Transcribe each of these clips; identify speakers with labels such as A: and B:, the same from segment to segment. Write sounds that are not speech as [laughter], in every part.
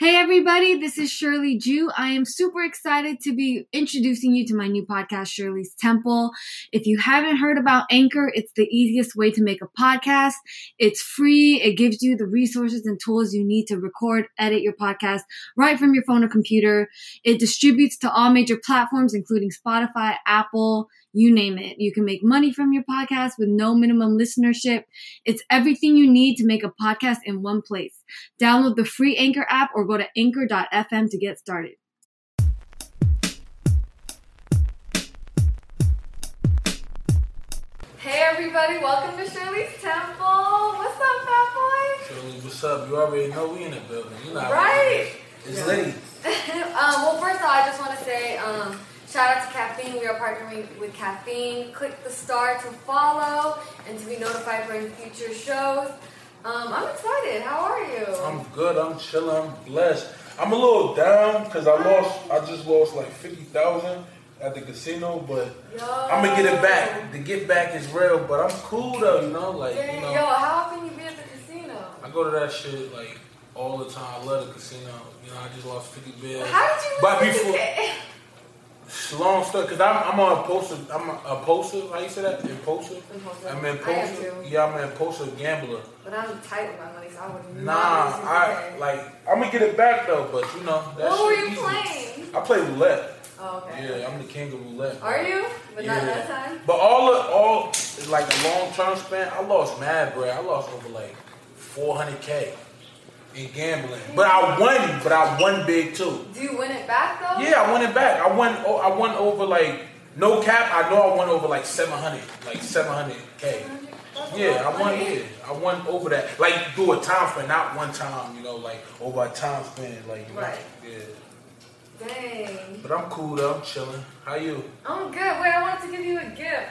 A: Hey, everybody, this is Shirley Jew. I am super excited to be introducing you to my new podcast, Shirley's Temple. If you haven't heard about Anchor, it's the easiest way to make a podcast. It's free, it gives you the resources and tools you need to record, edit your podcast right from your phone or computer. It distributes to all major platforms, including Spotify, Apple, you name it. You can make money from your podcast with no minimum listenership. It's everything you need to make a podcast in one place. Download the free Anchor app or go to anchor.fm to get started. Hey everybody, welcome to Shirley's Temple. What's up, fat boys?
B: So what's up? You already know we in the building. You not
A: Right.
B: It's late.
A: [laughs] um, well, first of all, I just want to say um, shout out to Caffeine. We are partnering with Caffeine. Click the star to follow and to be notified for any future shows. Um, I'm excited. How are you?
B: I'm good. I'm chilling. I'm blessed. I'm a little down because I lost. I just lost like fifty thousand at the casino, but I'm gonna get it back. The get back is real, but I'm cool though. You know, like
A: Dang,
B: you
A: Yo,
B: know,
A: how often you be at the casino?
B: I go to that shit like all the time. I love the casino. You know, I just lost fifty bills.
A: How did you
B: But
A: lose
B: before,
A: it?
B: long story, cause I'm I'm on a poster. I'm a poster. How you say that? Impulsive.
A: Impulsive.
B: I'm
A: I am
B: impulsive.
A: too.
B: Yeah, I'm an impulsive gambler.
A: [laughs] But I'm tight with my money, so I would
B: Nah,
A: not lose it
B: I
A: today.
B: like I'm gonna get it back though, but you know that
A: What were
B: shit
A: you
B: easy.
A: playing?
B: I play roulette.
A: Oh, okay.
B: Yeah, I'm the king of roulette.
A: Are you? But not that time?
B: But all of all like the long term span, I lost mad, bro. I lost over like 400k in gambling, but I won. But I won big too.
A: Do you win it back though?
B: Yeah, I won it back. I won. Oh, I won over like no cap. I know I won over like 700, like 700k. Yeah, I won. Yeah, I won over that. Like do a time span, not one time. You know, like over a time span. Like you know,
A: Right.
B: Yeah.
A: Dang.
B: But I'm cool though. I'm chilling. How you?
A: I'm Oh, good. Wait, I wanted to give you a gift.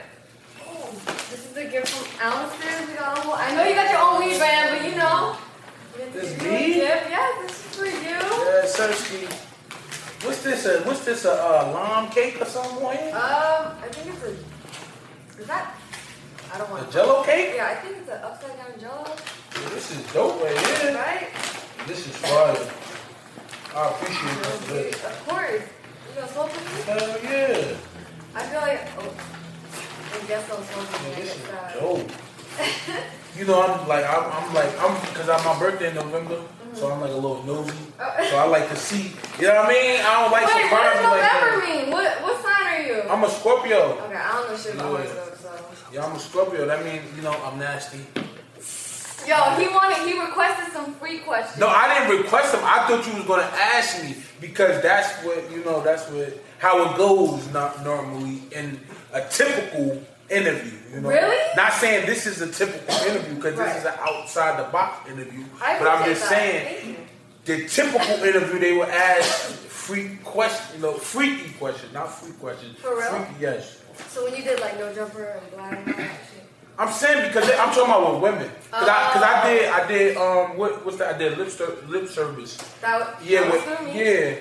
A: Oh, this is a gift from Allison. We got a whole, I know you got your own weed brand, but you know.
B: This
A: Give you a
B: me?
A: gift. Yes, this is for you.
B: Yeah, Sersky. What's this? A, what's this? A uh, lime cake or something? on here?
A: Um, I think it's a. Is that? I don't want
B: A Jell-O cake?
A: Yeah, I think it's an upside down Jello,
B: Yeah, this is dope right here.
A: right?
B: This is fire. I appreciate this.
A: Of
B: Bit.
A: course. You gonna smoke with me?
B: Hell yeah.
A: I feel like. Oh, I guess I'm smoking.
B: Yeah,
A: when I get
B: this is
A: sad.
B: dope. You know, I'm like, I'm, I'm like, I'm, because I'm my birthday in November, so I'm like a little nosy. So I like to see, you know what I mean? I don't like
A: Oh. Wait, what does November
B: surprises like that.
A: mean? What what sign are you?
B: I'm a Scorpio.
A: okay, I don't know shit about
B: Yeah.
A: horoscopes, so.
B: Yeah, I'm a Scorpio. That means, you know, I'm nasty.
A: Yo, he wanted, he requested some free questions.
B: No, I didn't request them. I thought you was gonna ask me because that's what you know. That's what how it goes. Not normally in a typical interview. You know?
A: Really?
B: Not saying this is a typical interview because
A: Right.
B: this is an outside the box interview.
A: I
B: but I'm
A: appreciate
B: just
A: that. Thank you.
B: saying the typical interview they would ask free question, you know, freaky questions, not free questions.
A: For real?
B: Freaky, yes.
A: So when you did like no jumper and black and all that shit.
B: I'm saying because I'm talking about with women. Cause, I, cause I did, I did, um, what, what's that? I did lip, ser- lip service.
A: That was,
B: Yeah,
A: that was
B: well,
A: for me.
B: yeah.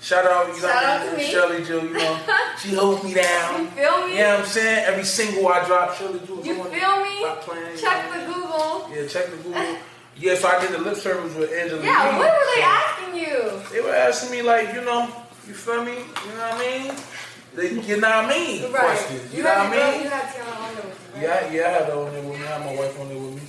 B: Shout out, you know,
A: Shout out
B: what I mean?
A: to me.
B: Shirley Jill,
A: [laughs]
B: you know, she holds me down.
A: You feel me?
B: Yeah, I'm saying every single I drop, Shirley Jill.
A: You
B: come on,
A: feel me?
B: Stop playing.
A: Check the Google.
B: Yeah, check the Google. Yeah, so I did the lip service with Angela.
A: Yeah,
B: Yee.
A: what were they asking you?
B: They were asking me like, you know, you feel me? You know what I mean? They, you know what I
A: Right.
B: mean? Questions. You,
A: You
B: know
A: had
B: what
A: your
B: I
A: girl-
B: mean?
A: You had Tiana on there with you, right?
B: Yeah, yeah, I had her on there with me. I had my wife on there with me.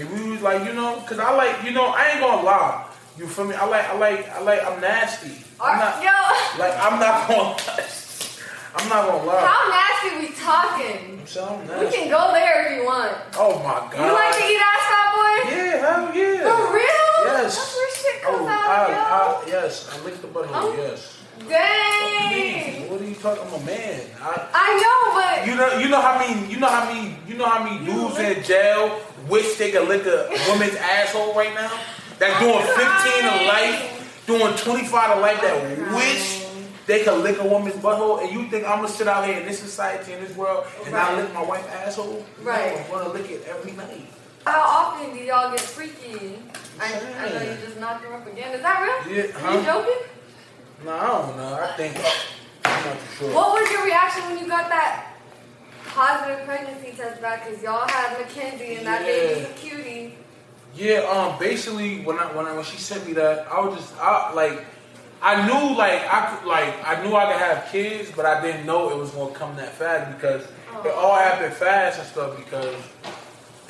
B: And we was like, you know, because I like, you know, I ain't going to lie. You feel me? I like, I like, I like. I'm nasty. I'm
C: Are-
A: [laughs]
B: not,
C: yo.
B: like, I'm not gonna. [laughs] I'm not gonna lie.
C: How nasty we talking?
B: So I'm
C: We
B: nasty.
C: can go there if you want.
B: Oh my god.
C: You like to eat ass, fat boy?
B: Yeah, hell yeah.
C: For real?
B: Yes.
C: That's where shit comes
B: oh,
C: out,
B: I, I, yes, I licked the butthole.
C: Oh.
B: Yes.
C: Dang.
B: What are you talking? I'm a man. I,
C: I know,
B: you know, you know how many, you know how many, you know how many dudes in jail wish they could lick a woman's asshole right now. That doing 15 to life, doing 25 to life. That wish they could lick a woman's butthole. And you think I'm gonna sit out here in this society in this world and I
C: Right.
B: lick my wife's asshole?
C: Right.
B: No, I'm gonna lick it every night.
C: but how often do y'all get freaky? I, I know you just knocked her up again. Is that real?
B: Yeah,
C: Are you
B: huh?
C: joking?
B: No, I don't know. I think I'm not too sure.
C: What was your reaction when you got that positive pregnancy test back? Cause y'all had Mackenzie and that baby's a
B: Yeah.
C: cutie.
B: Yeah, um, basically when I when I when she sent me that, I was just I like I knew like I could like I knew I could have kids, but I didn't know it was gonna come that fast because
C: Oh.
B: it all happened fast and stuff because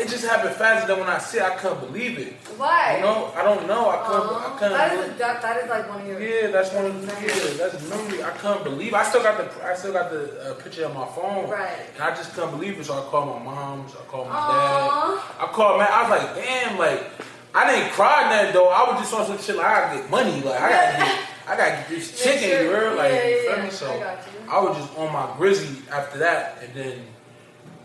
B: it just happened fast and then when I see it, I couldn't believe it.
C: Why?
B: You know, I don't know. I couldn't
C: Uh-huh.
B: I couldn't
C: that
B: really-
C: is a, that, that is like one of your.
B: yeah, that's one of the yeah, that's memory. I couldn't believe. I still got the I still got the uh, picture on my phone.
C: Right.
B: And I just couldn't believe it. So I called my mom's. I called my
C: Aw.
B: dad. I called man. I was like, damn, like I didn't cry nothing though. I was just on some shit. Like I gotta get money. Like I gotta get I gotta get this
C: Make
B: chicken,
C: sure-
B: you heard? Like
C: [laughs] yeah,
B: you
C: yeah,
B: feel
C: yeah.
B: me? So
C: I got you.
B: I was just on my grizzly after that, and then.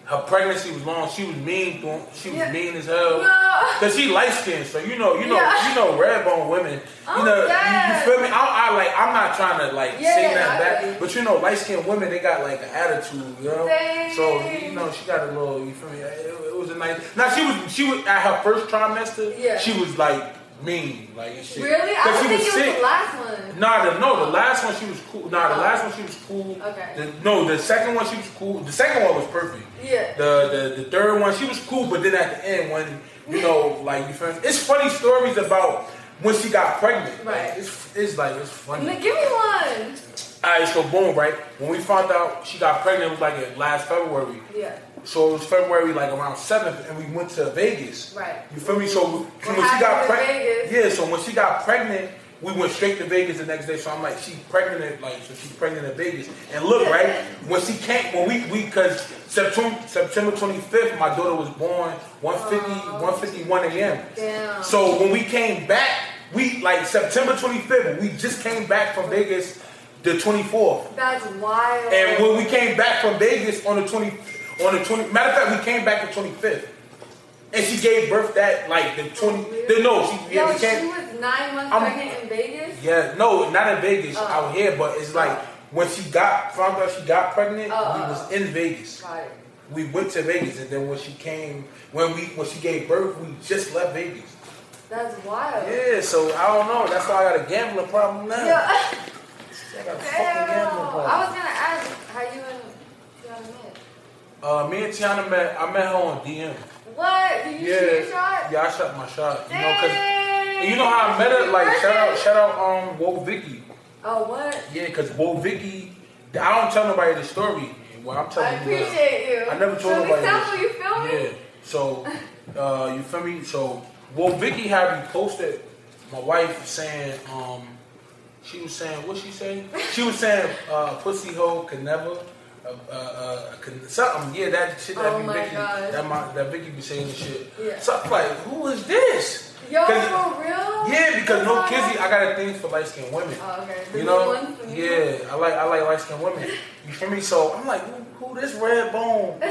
B: Her pregnancy was long. She was mean. through- She was
C: Yeah.
B: mean as hell.
C: No.
B: Cause she light skinned, so you know, you know,
C: Yeah.
B: you know, red bone women.
C: Oh,
B: you know, you-
C: yes.
B: you feel me? I, I like. I'm not trying to like
C: Yeah,
B: say
C: yeah, I
B: that
C: feel you.
B: back, but you know, light skinned women they got like an attitude, you know.
C: Dang.
B: So you know, she got a little. You feel me? It, it was a nice. Now she was she was at her first trimester.
C: Yeah.
B: She was like mean, like and shit.
C: Really? I
B: Cause
C: was
B: she was
C: thinking it was
B: sick.
C: the last one.
B: Nah, the, no, the last one she was cool. Nah, the last one she was cool.
C: Okay.
B: The- no, the second one she was cool. The second one was perfect.
C: Yeah.
B: The the, the third one she was cool, but then at the end when you know like you feel it's funny stories about when she got pregnant. Like,
C: Right.
B: it's it's like it's funny.
C: N- Give me one.
B: All right, so boom, right when we found out she got pregnant it was like in last February.
C: Yeah.
B: So it was February, like around seventh, and we went to Vegas.
C: Right.
B: You feel me? So when she
C: happened
B: got
C: in Vegas?
B: pregnant, yeah. So when she got pregnant, we went straight to Vegas the next day. So I'm like, she pregnant, at- like so she's pregnant in Vegas. And look, right when she came, when we we because September September 25th, my daughter was born 150 151 a.m.
C: Oh. Damn.
B: So when we came back, we like September 25th, we just came back from Vegas the 24th.
C: That's wild.
B: And when we came back from Vegas on the twenty, on the twenty, matter of fact, we came back the twenty fifth, and she gave birth that like the twenty. The, no, she, yeah,
C: Yo,
B: we
C: she
B: came,
C: was nine months
B: I'm-
C: pregnant in Vegas.
B: yeah, no, not in Vegas,
C: Oh.
B: out here, but it's like when she got found out she got pregnant,
C: Oh,
B: we was in Vegas.
C: Got it.
B: We went to Vegas, and then when she came, when we when she gave birth, we just left Vegas.
C: That's wild.
B: Yeah, so I don't know. That's why I got a gambling problem now.
C: Yo, [laughs]
B: I got a fucking
C: damn.
B: gambling problem.
C: I was gonna ask how you and Tiana met.
B: uh, me and Tiana met. I met her on DM.
C: What? Did you
B: Yeah,
C: shoot your shot?
B: yeah, I shot my shot. You know, cause
C: Dang.
B: and you know how I met her. Like shout out,
C: Congratulations.
B: shout out, um, Wo Vicky.
C: Oh, what?
B: Yeah, cause Wo Vicky. I don't tell nobody the story. Well, I'm
C: I
B: telling you. now.
C: appreciate you.
B: I never told
C: so
B: nobody.
C: example,
B: this.
C: you feel me?
B: Yeah.
C: [laughs]
B: So, uh, you feel me? So, well, Vicky had me posted. My wife saying, um, she was saying, what she saying? She was saying, uh, pussy hoe could never. Uh, uh, uh, could- something, yeah, that shit that
C: Oh
B: be
C: my
B: Vicky,
C: God.
B: that my, that Vicky be saying and shit.
C: Yeah.
B: So I'm like, who is this?
C: Yo,
B: 'Cause-
C: for real?
B: yeah, because no
C: Wow.
B: kizzy, I got a thing for light skinned women.
C: Oh, okay. The
B: You
C: new
B: know,
C: ones, the new
B: yeah, I like I like light skinned women. You feel me? So I'm like, who, who this red
C: [laughs]
B: bone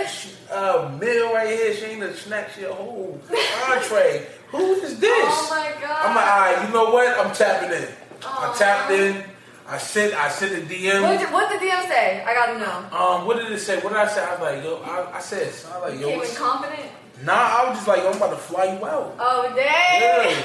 B: uh, mill right here? She ain't a snack, she a whole entree. who is this?
C: Oh my God.
B: I'm like, all right, you know what? I'm tapping in.
C: Aw.
B: I tapped in. I sent I sent the DM.
C: What did, what did DM say? I gotta know.
B: um, what did it say? What did I say? I was like, yo, I, I said, something. I was like, yo,
C: Came in
B: what's-
C: confident?
B: nah, I was just like, yo, I'm about to fly you out.
C: Oh, dang.
B: Yeah.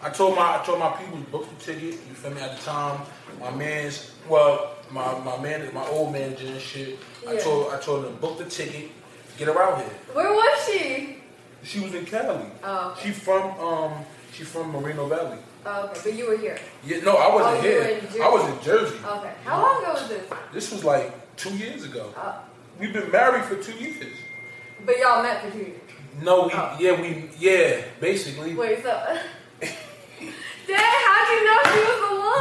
B: I told my I told my people book the ticket. You feel me? At the time, my man's well, my my man, my old manager and shit. I
C: Yeah.
B: told I told them book the ticket, get her out here.
C: Where was she?
B: She was in Cali.
C: Oh, okay.
B: She from um she from Moreno Valley.
C: Oh, okay, but you were here.
B: Yeah, no, I wasn't
C: Oh, you were
B: here.
C: in Jersey.
B: I was in Jersey.
C: Okay. How long ago was this?
B: This was like two years ago.
C: Oh.
B: We've been married for two years.
C: But y'all met for two years.
B: No, we
C: Oh.
B: yeah we yeah basically.
C: Wait, so. [laughs] Dang, how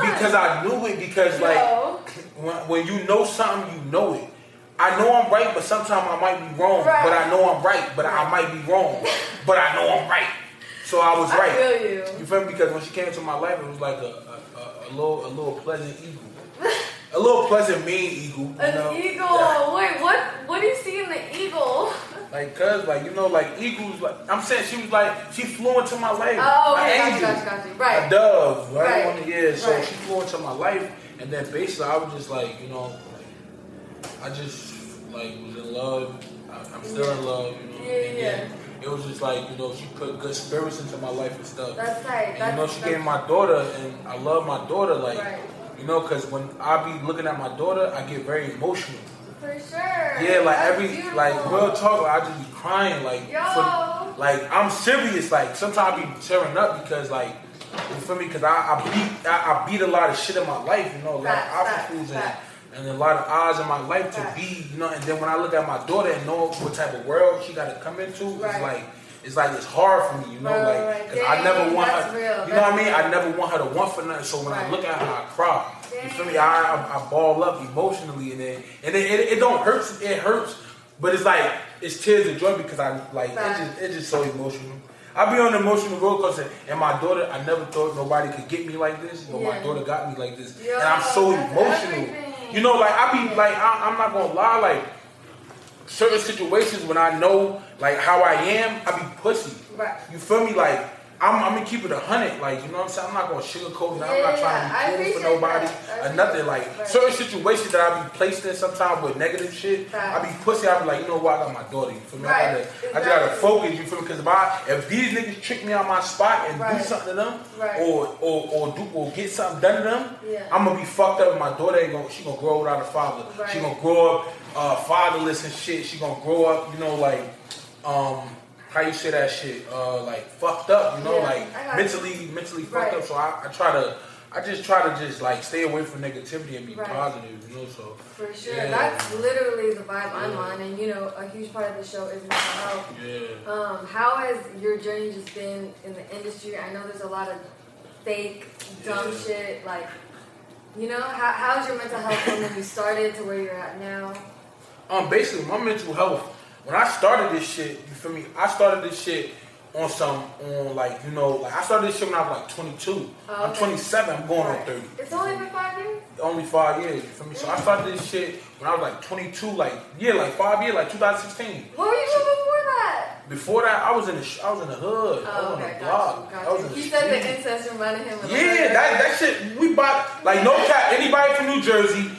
B: because I knew it. Because like
C: No.
B: when, when you know something, you know it. I know I'm right, but sometimes I might be wrong.
C: Right.
B: But I know I'm right, but I might be wrong. but I know I'm right. So I was
C: I
B: right.
C: feel you.
B: You feel me? Because when she came into my life, it was like a a, a, a little a little pleasant
C: [laughs]
B: eagle, a little pleasant mean eagle. You
C: An
B: know?
C: eagle.
B: Yeah.
C: Wait, what? What do you see in the eagle?
B: Like, cuz, like, you know, like, eagles, like, I'm saying she was like, she flew into my life.
C: Oh, okay,
B: An
C: gotcha,
B: angel.
C: gotcha, gotcha. Right.
B: A dove, right?
C: Right,
B: On the- yeah, so
C: right.
B: she flew into my life, and then basically I was just like, you know, like, I just, like, was in love. I, I'm still in love, you know?
C: Yeah,
B: and
C: yeah.
B: then It was just like, you know, she put good spirits into my life and stuff.
C: That's tight,
B: And,
C: that's-
B: you know, she
C: that's-
B: gave my daughter, and I love my daughter, like,
C: Right.
B: you know, because when I be looking at my daughter, I get very emotional.
C: [laughs] For sure.
B: Yeah, like
C: That's
B: every
C: beautiful.
B: like real talk, like, I just be crying like
C: Yo.
B: for- like I'm serious. Like sometimes I be tearing up because like you feel me? Because I, I beat I, I beat a lot of shit in my life, you know, a lot
C: Facts,
B: of obstacles
C: facts,
B: and,
C: facts.
B: and a lot of odds in my life to
C: Facts.
B: be, you know. And then when I look at my daughter and know what type of world she got to come into,
C: Right.
B: it's like. It's like it's hard for me, you know,
C: Right, right,
B: like
C: right.
B: 'cause I never
C: Dang,
B: want
C: that's
B: her.
C: real,
B: You know what I
C: that's
B: mean?
C: real.
B: I never want her to want for nothing. So when I
C: Right.
B: look at her, I cry. You feel me?
C: Dang.
B: I I, I ball up emotionally and then and then it, it don't hurt it hurts but it's like it's tears of joy because I like it's
C: Facts.
B: just, it's just so emotional. I be on an emotional roller coaster and my daughter I never thought nobody could get me like this but my
C: Yeah.
B: daughter got me like this
C: Yo,
B: and I'm so
C: that's
B: emotional.
C: everything.
B: You know like I be like I, I'm not gonna lie like certain situations when I know like how I am I be pussy.
C: Right.
B: You feel me like. I'm, I'm gonna keep it a hundred, like you know what I'm saying. I'm not gonna sugarcoat it. I'm not trying to
C: Yeah, I
B: be cool for
C: appreciate
B: nobody
C: that. I
B: or
C: appreciate
B: nothing. Like
C: that.
B: certain situations that I be placed in sometimes with negative shit, I be pussy. I be like, you know what? I got my daughter. You feel me? I, gotta, I
C: Right,
B: just gotta
C: exactly.
B: focus. You feel me? Because if I, if these niggas trick me on my spot and do
C: Right.
B: something to them,
C: Right.
B: or or or do or get something done to them,
C: Yeah.
B: I'm gonna be fucked up. My daughter ain't gonna. She gonna grow without a father. She
C: Right.
B: gonna grow up uh, fatherless and shit. She gonna grow up. You know, like um. How you say that shit? Uh, like fucked up, you know,
C: Yeah, I
B: like
C: got you.
B: mentally, mentally fucked
C: Right.
B: up. So I, I try to, I just try to just like stay away from negativity and be
C: Right.
B: positive, you know. So
C: For sure.
B: yeah,
C: That's literally the vibe I'm on, and you know, a huge part of the show is mental health.
B: yeah.
C: Um, how has your journey just been in the industry? I know there's a lot of fake, dumb
B: Yeah.
C: shit. Like, you know, how, how's your mental health from when you started to where you're at now?
B: Um, basically, my mental health. When I started this shit, you feel me? I started this shit on some, on like you know, like I started this shit when I was like 22.
C: Oh,
B: I'm
C: okay.
B: 27. I'm going on
C: Right.
B: 30.
C: It's only been five years.
B: only five years. You feel me? So I started this shit when I was like 22, like yeah, like five years, like 2016.
C: What were you doing before that?
B: Before that, I was in the, sh- I was in the hood. I was
C: Oh,
B: on
C: okay,
B: the block. I
C: got
B: was in
C: you. Got
B: the
C: you. He said
B: street.
C: the incest reminded him of
B: Yeah, that, that shit, we bought, like, no cap, anybody from New Jersey,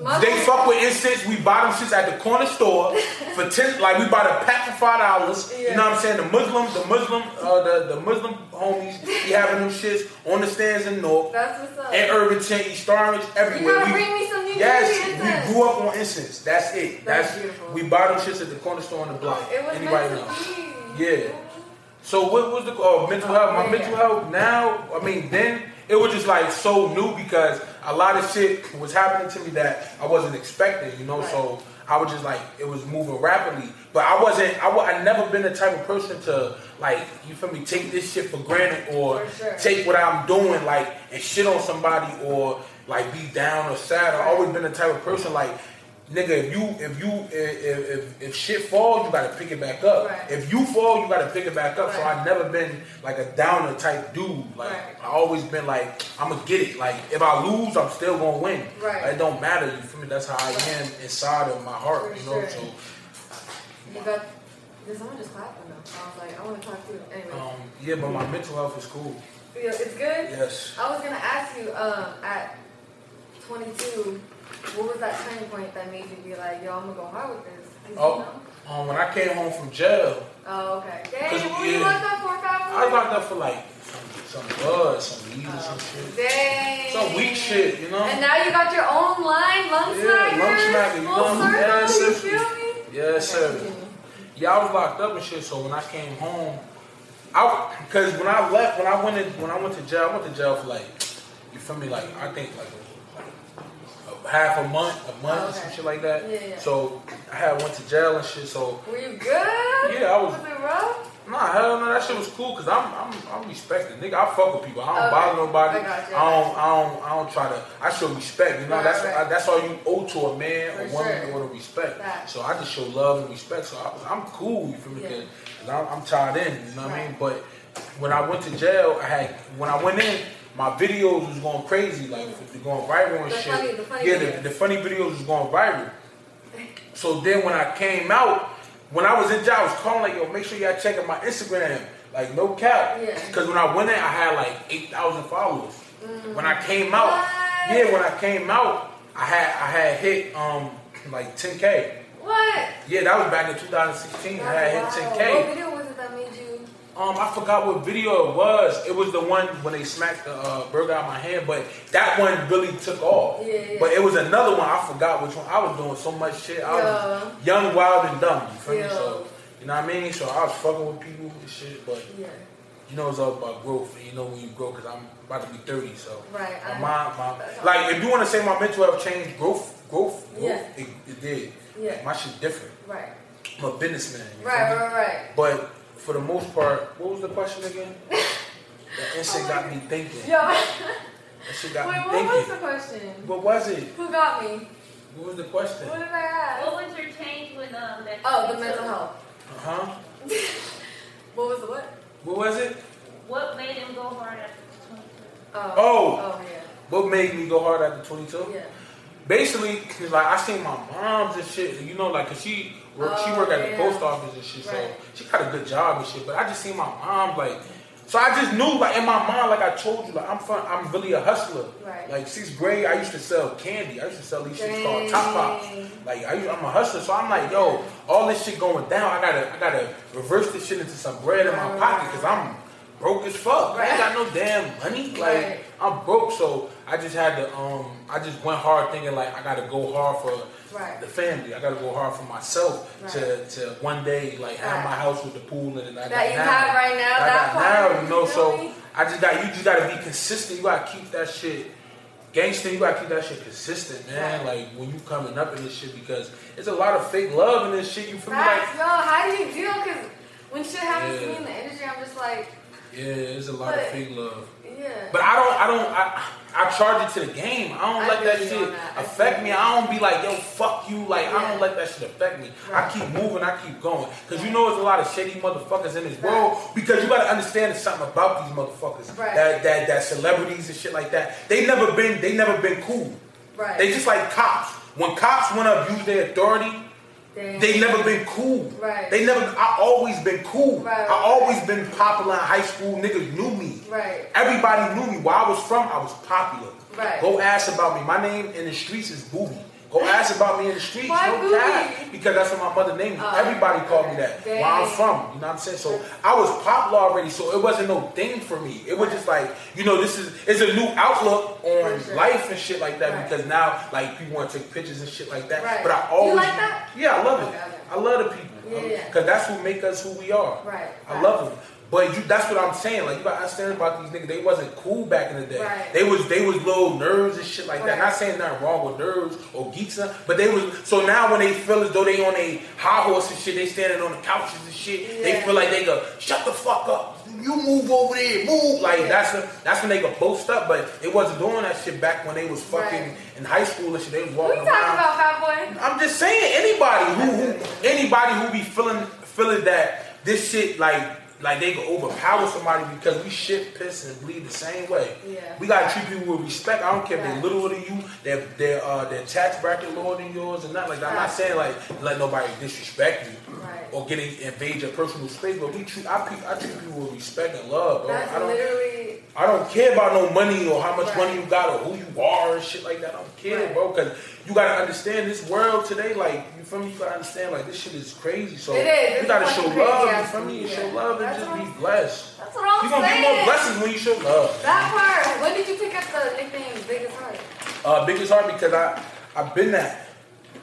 C: My-
B: they fuck with incense, we buy them shits at the corner
C: [laughs]
B: store for 10, like, we bought a pack for $5, you know what I'm saying? The Muslim, the Muslim, uh, the, the Muslim homies, be having them shits on the stands in North,
C: That's what's up.
B: in Urban Tent, East Orange, everywhere.
C: gotta
B: We-
C: bring me some New
B: Yes,
C: Jersey
B: we
C: incense.
B: grew up on incense, that's it.
C: That's
B: That's,
C: beautiful.
B: we buy them shits at the corner store on the block.
C: It was
B: Anybody
C: meant to
B: know?
C: be.
B: Yeah. So what was the oh, mental health? My
C: yeah.
B: mental health now. I mean, then it was just like so new because a lot of shit was happening to me that I wasn't expecting. You know, so I was just like it was moving rapidly. But I wasn't. I wa- I never been the type of person to like you feel me take this shit for granted or
C: For sure.
B: take what I'm doing like and shit on somebody or like be down or sad. I've always been the type of person like. Nigga, if you if you if if, if shit fall, you gotta pick it back up.
C: Right.
B: If if you fall, you gotta pick it back up. So
C: Right.
B: I've never been like a downer type dude. Like
C: Right.
B: I always been like, I'ma get it. Like if I lose, I'm still gonna win.
C: Right.
B: Like, it don't matter, you feel me? That's how I am inside of my heart,
C: For
B: you know.
C: sure.
B: So
C: You got. Did someone just clap or no? I was like, I want to talk to you. Anyway,
B: um yeah, but my mental health is cool.
C: Yeah, it's good.
B: Yes.
C: I was gonna ask you um, at 22, what was that turning point that made you be like, yo, I'm gonna go hard with this? 'Cause, you
B: Oh
C: know-
B: um, when I came home from jail,
C: Oh, okay.
B: Cause,
C: Dang, what were you
B: yeah.
C: locked up for five
B: I was
C: years?
B: locked up for like some, some blood, some weed or
C: Oh.
B: some shit.
C: Dang.
B: Some weak shit, you know?
C: And now you got your own line, lung
B: Yeah, lung snacker, you
C: snackers, full
B: know? Yes,
C: circle, you
B: sir.
C: feel me?
B: Yes, sir. Yeah, I was locked up and shit. So when I came home, I because when I left, when I went in, when I went to jail, I went to jail for like, you feel me? Like I think like, like a half a month, a month or some
C: Okay.
B: shit like that.
C: Yeah, yeah.
B: So I had went to jail and shit. So
C: Were you good?
B: Yeah, I was-
C: Was it rough?
B: Nah, hell no, that shit was cool because I'm, I'm, I'm respected. Nigga, I fuck with people. I don't
C: Okay.
B: bother nobody.
C: I got you.
B: don't, I don't, I don't try to. I show respect. You know,
C: Right,
B: that's
C: right.
B: I- that's all you owe to a man or
C: For
B: woman
C: sure.
B: you owe to respect.
C: Facts.
B: So I just show love and respect. So I was, I'm cool. You feel me?
C: Yeah.
B: Because I'm, I'm tied in. You know what I mean?
C: Right.
B: But when I went to jail, I had when I went in. My videos was going crazy, like going viral and
C: The
B: shit.
C: funny- the funny
B: yeah,
C: videos.
B: the, the funny videos was going viral. So then when I came out, when I was in jail, I was calling like, yo, make sure y'all checking my Instagram. Like, no cap.
C: Yeah.
B: Because when I went in, I had like 8,000 followers. When I came out,
C: Mm-hmm. What?
B: yeah, when I came out, I had I had hit um like 10K.
C: What?
B: Yeah, that was back in 2016. I had
C: That's
B: hit
C: wild.
B: 10K.
C: What video was it that made you?
B: Um, I forgot what video it was. It was the one when they smacked the uh, burger out of my hand, but that one really took off.
C: Yeah, yeah.
B: But it was another one. I forgot which one. I was doing so much shit. I was young, wild, and dumb. You feel me?
C: Yo.
B: So you know what I mean. So I was fucking with people and shit. But
C: Yeah.
B: you know it's all about growth. And you know when you grow, because I'm about to be thirty. So
C: Right,
B: my
C: I-
B: mind, my
C: that's-
B: like if you want to say my mental health changed, growth, growth, growth
C: Yeah.
B: it, it did.
C: Yeah.
B: my shit different.
C: Right.
B: I'm a businessman. you feel
C: Right.
B: me?
C: Right. Right.
B: But for the most part, what was the question
C: [laughs]
B: again? That insect got me thinking.
C: Yo. [laughs]
B: That shit
C: Wait.
B: got me
C: What was
B: thinking.
C: the question?
B: what was it?
C: Who got me?
B: What was the question?
C: What
B: Uh
C: did I ask?
D: What was your change with um that?
C: Oh, the mental health.
B: huh.
C: What was the what?
B: Uh-huh. What was it?
D: What made him go hard after 22?
C: Oh.
B: Oh.
C: Oh yeah.
B: What made me go hard after 22?
C: Yeah.
B: Basically, 'cause, like I seen my mom's and shit. You know, like 'cause she work, she
C: Oh,
B: work at the
C: yeah.
B: post office and shit. So
C: Right.
B: she got a good job and shit. But I just seen my mom like. So I just knew, like in my mind, like I told you, like I'm fun, I'm really a hustler.
C: Right.
B: Like sixth grade, I used to sell candy. I used to sell these shits called Top Pops.
C: Dang.
B: Like I, used- I'm a hustler, so I'm like, yo, all this shit going down. I gotta, I gotta reverse this shit into some bread in my
C: Right.
B: pocket because I'm broke as fuck. I ain't got
C: Right.
B: no damn money. Like
C: Right.
B: I'm broke, so I just had to. Um, I just went hard thinking like I gotta go hard for
C: Right.
B: the family. I gotta go hard for myself to
C: Right.
B: to one day like have
C: Right.
B: my house with the pool and I
C: That
B: got
C: you
B: now.
C: have right now,
B: I
C: that
B: got
C: part,
B: now, you know.
C: you feel
B: So
C: me?
B: I just got you. Just gotta be consistent. You gotta keep that shit. Gangster, you gotta keep that shit consistent, man.
C: Right.
B: Like when you coming up in this shit, because it's a lot of fake love in this shit. You feel me? Like,
C: Facts, yo. How do you deal? Cause when shit happens to me
B: Yeah.
C: in the industry, I'm just like,
B: yeah, it's a lot of
C: But-
B: fake love.
C: yeah.
B: But I don't, I don't, I, I charge it to the game. I don't
C: I
B: let
C: feel
B: that
C: you
B: shit
C: on that. I
B: affect
C: feel
B: me.
C: you.
B: I don't be like, yo, fuck you. Like, I
C: Yeah.
B: don't let that shit affect me. I
C: Right.
B: keep moving, I keep going. Because you know there's a lot of shady motherfuckers in this world. Because you got to understand something about these motherfuckers.
C: Right.
B: That, that, that celebrities and shit like that. They never been, they never been cool.
C: Right.
B: They just like cops. When cops want to abuse their authority,
C: Damn.
B: they never been cool.
C: Right.
B: They never. I always been cool.
C: Right.
B: I always been popular in high school. Niggas knew me.
C: Right.
B: Everybody knew me. Where I was from, I was popular.
C: Right.
B: Go ask about me. My name in the streets is Booby. Go ask about me in the streets.
C: Why
B: no
C: Booby?
B: cap. Because that's what my mother named me.
C: Oh,
B: Everybody called me that.
C: okay.
B: Where I'm
C: Dang.
B: from. You know what I'm saying? So I was popular already. So it wasn't no thing for me. It was just like you know this is it's a new outlook on
C: For sure.
B: life and shit like that
C: Right.
B: because now like people want to take pictures and shit like that.
C: Right.
B: But I
C: You
B: always
C: like that?
B: yeah, I love it.
C: Okay, okay.
B: I love the people.
C: Yeah, yeah.
B: Cause that's who make us who we are.
C: Right,
B: I
C: right.
B: love them. But you, that's what I'm saying. Like you gotta understand about these niggas. They wasn't cool back in the day.
C: Right.
B: They was they was little nerds and shit like that.
C: Right.
B: Not saying nothing wrong with nerds or geeks, uh, but they was so now when they feel as though they on a high horse and shit, they standing on the couches and shit. They
C: Yeah.
B: feel like they go shut the fuck up. You move over there, move like
C: Yeah.
B: that's when, that's when they go post up. But they wasn't doing that shit back when they was fucking
C: Right.
B: in high school and shit. They was
C: Who you
B: walking
C: talking
B: around.
C: about,
B: Oh,
C: fat boy?
B: I'm just saying anybody who, who anybody who be feeling feeling that this shit like like they can overpower somebody because we shit, piss, and bleed the same way.
C: Yeah.
B: We gotta treat people with respect. I don't care if
C: Right.
B: they're little than you, they're they're uh, their tax bracket lower than yours and nothing like that. I'm not
C: Right.
B: saying like let nobody disrespect you
C: Right.
B: or get in, invade your personal space, but we treat I, pe- I treat people with respect and love, bro. I
C: That's
B: don't
C: literally
B: I don't care about no money or how much
C: Right.
B: money you got or who you are and shit like that. I don't care,
C: Right.
B: bro. Because you gotta understand this world today. Like you feel me? You gotta understand like this shit is crazy. So
C: It is.
B: you
C: It's
B: gotta
C: fucking
B: show
C: crazy,
B: love. You
C: yeah.
B: feel me? You
C: Yeah.
B: show love and
C: That's
B: just
C: what
B: be
C: I'm-
B: blessed.
C: that's what I'm
B: You're gonna
C: saying.
B: get more blessings when you show love.
C: That part. When did you pick up the nickname Biggest Heart?
B: Uh, biggest heart because I I've been that.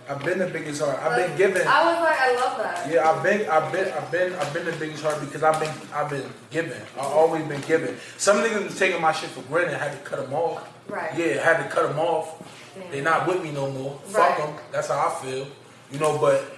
B: I've been the biggest heart. I've been given.
C: I was like, I love that.
B: Yeah, I've been, I've been, I've been, I've been the biggest heart because I've been, I've been given. I've always been given. Some niggas was taking my shit for granted. I had to cut them off.
C: Right.
B: Yeah, had to cut them off.
C: Damn.
B: They not with me no more. Fuck
C: Right.
B: them. That's how I feel. You know, but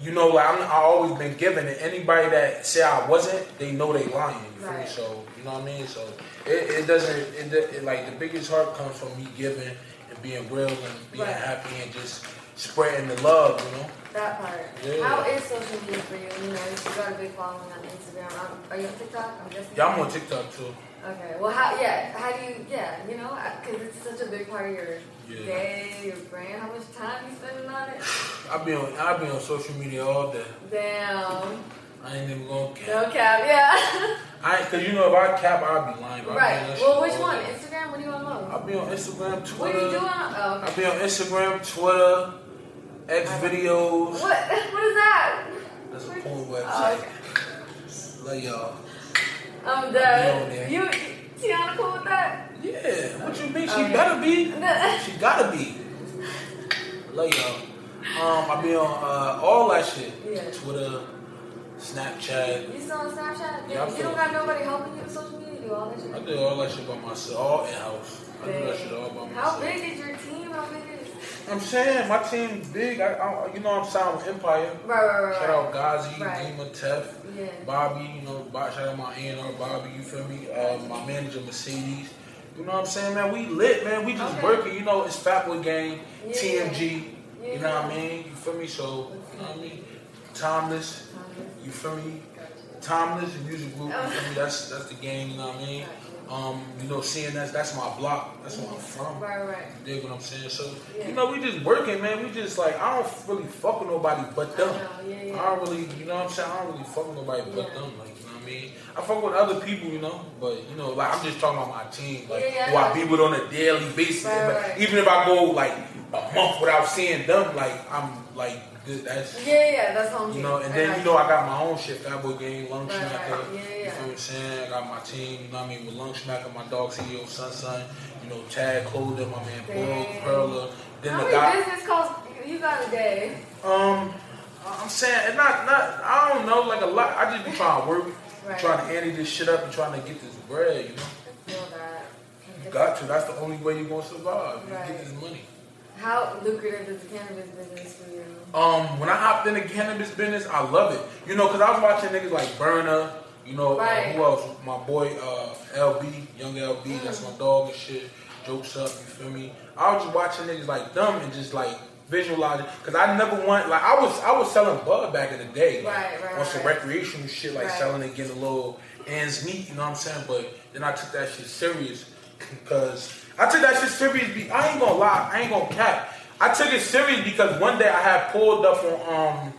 B: you know, like I'm, I always been given, and anybody that say I wasn't, they know they lying. You feel me?
C: Right.
B: So you know what I mean. So it, it doesn't. It, do- it, like the biggest heart comes from me giving and being real and being
C: Right.
B: happy and just spreading the love. You know.
C: That part.
B: Yeah.
C: How is social media for you? You know, you got a big following on Instagram. I'm- Are you on TikTok? I'm guessing.
B: Yeah, I'm on TikTok too.
C: Okay. Well, how? Yeah. How do you? Yeah. You know, because it's such a big part of your
B: Yeah.
C: day, your brand. How much time you spending on it?
B: I be on. I be on social media all day.
C: Damn.
B: I ain't even gonna cap.
C: No cap. Yeah. [laughs]
B: I ain't, cause you know if I cap, I'll be lying. but I be on
C: right.
B: that
C: Well,
B: shit
C: which
B: all
C: one?
B: day.
C: Instagram. What do you want
B: I
C: most?
B: be on Instagram, Twitter.
C: What are you doing? Oh,
B: I
C: okay.
B: be on Instagram, Twitter, X videos.
C: What? [laughs] What is that?
B: That's a porn
C: Oh,
B: website.
C: okay.
B: Love y'all.
C: I'm
B: on there.
C: done. You, Tiana, cool with that? [laughs]
B: Yeah, what you mean? She
C: Okay.
B: better
C: [laughs]
B: be. She gotta be. Love y'all. Um, I be on uh, all that shit.
C: Yeah.
B: Twitter, Snapchat.
C: You still on Snapchat?
B: Yeah, I'm
C: you
B: still-
C: don't got nobody helping you with social media. You all that shit.
B: I do all that shit by myself, all in house. I do that shit all by myself.
C: How big is your team? How big is
B: I'm saying my team big. I, I you know I'm signed with Empire.
C: right, right, right.
B: Shout out Gazi,
C: Right.
B: Dima, Tef,
C: Yeah.
B: Bobby, you know, Bob, shout out my A&R, Bobby, you feel me? Uh, my manager, Mercedes. You know what I'm saying, man? We lit, man. We just
C: Okay.
B: working. You know, it's Fatboy Gang,
C: Yeah.
B: TMG. You know what I
C: Yeah.
B: mean? You feel me? So, you know what I mean? Timeless. You feel me? Timeless music group. You
C: [laughs]
B: feel me? That's, that's the game, you know what I mean? Um, you know, seeing that, that's my block. That's where I'm from.
C: Right, right.
B: You dig what I'm saying? So
C: Yeah.
B: you know, we just working, man. We just like I don't really fuck with nobody but them.
C: know, yeah, yeah.
B: I don't really, you know what I'm saying? I don't really fuck with nobody but
C: Yeah.
B: them. Like you know what I mean? I fuck with other people, you know, but you know, like I'm just talking about my team, like
C: Yeah, yeah,
B: who I
C: yeah.
B: be with on a daily basis.
C: Right,
B: but
C: right.
B: even if I go like a month without seeing them, like I'm like good. That's
C: Yeah, yeah, yeah, that's home.
B: you
C: team.
B: know, and
C: I
B: then
C: got
B: you know I got my own shit, Fatboy Game, Lung
C: Right,
B: Smacker.
C: right. Yeah,
B: You
C: yeah.
B: feel what I'm saying? I got my team, you know what I mean, with Lung Smacker, my dog CEO Sun Sun, you know, Tad Clothing, my man Pearl,
C: Dang.
B: Perla. Then
C: How
B: the
C: many
B: guy
C: business calls you got a day?
B: um I'm saying and not not I don't know, like a lot I just be trying to work,
C: Right.
B: trying to ante this shit up and trying to get this bread, you know.
C: I feel that.
B: You got to, that's the only way you're gonna survive. You
C: Right.
B: get this money.
C: How lucrative is the cannabis business for you?
B: Um, when I hopped in the cannabis business, I love it. You know, cause I was watching niggas like Burner, you know, uh,
C: Right.
B: who else? My boy uh, LB, young LB, that's my dog and shit. Jokes up, you feel me? I was just watching niggas like them and just like visualizing, cause I never want like I was I was selling bud back in the day, like,
C: Right, right,
B: on some
C: right.
B: recreational shit, like
C: Right.
B: selling and getting a little ends meet, you know what I'm saying? But then I took that shit serious, cause I took that shit serious. Be I ain't gonna lie, I ain't gonna cap. I took it serious because one day I had pulled up on um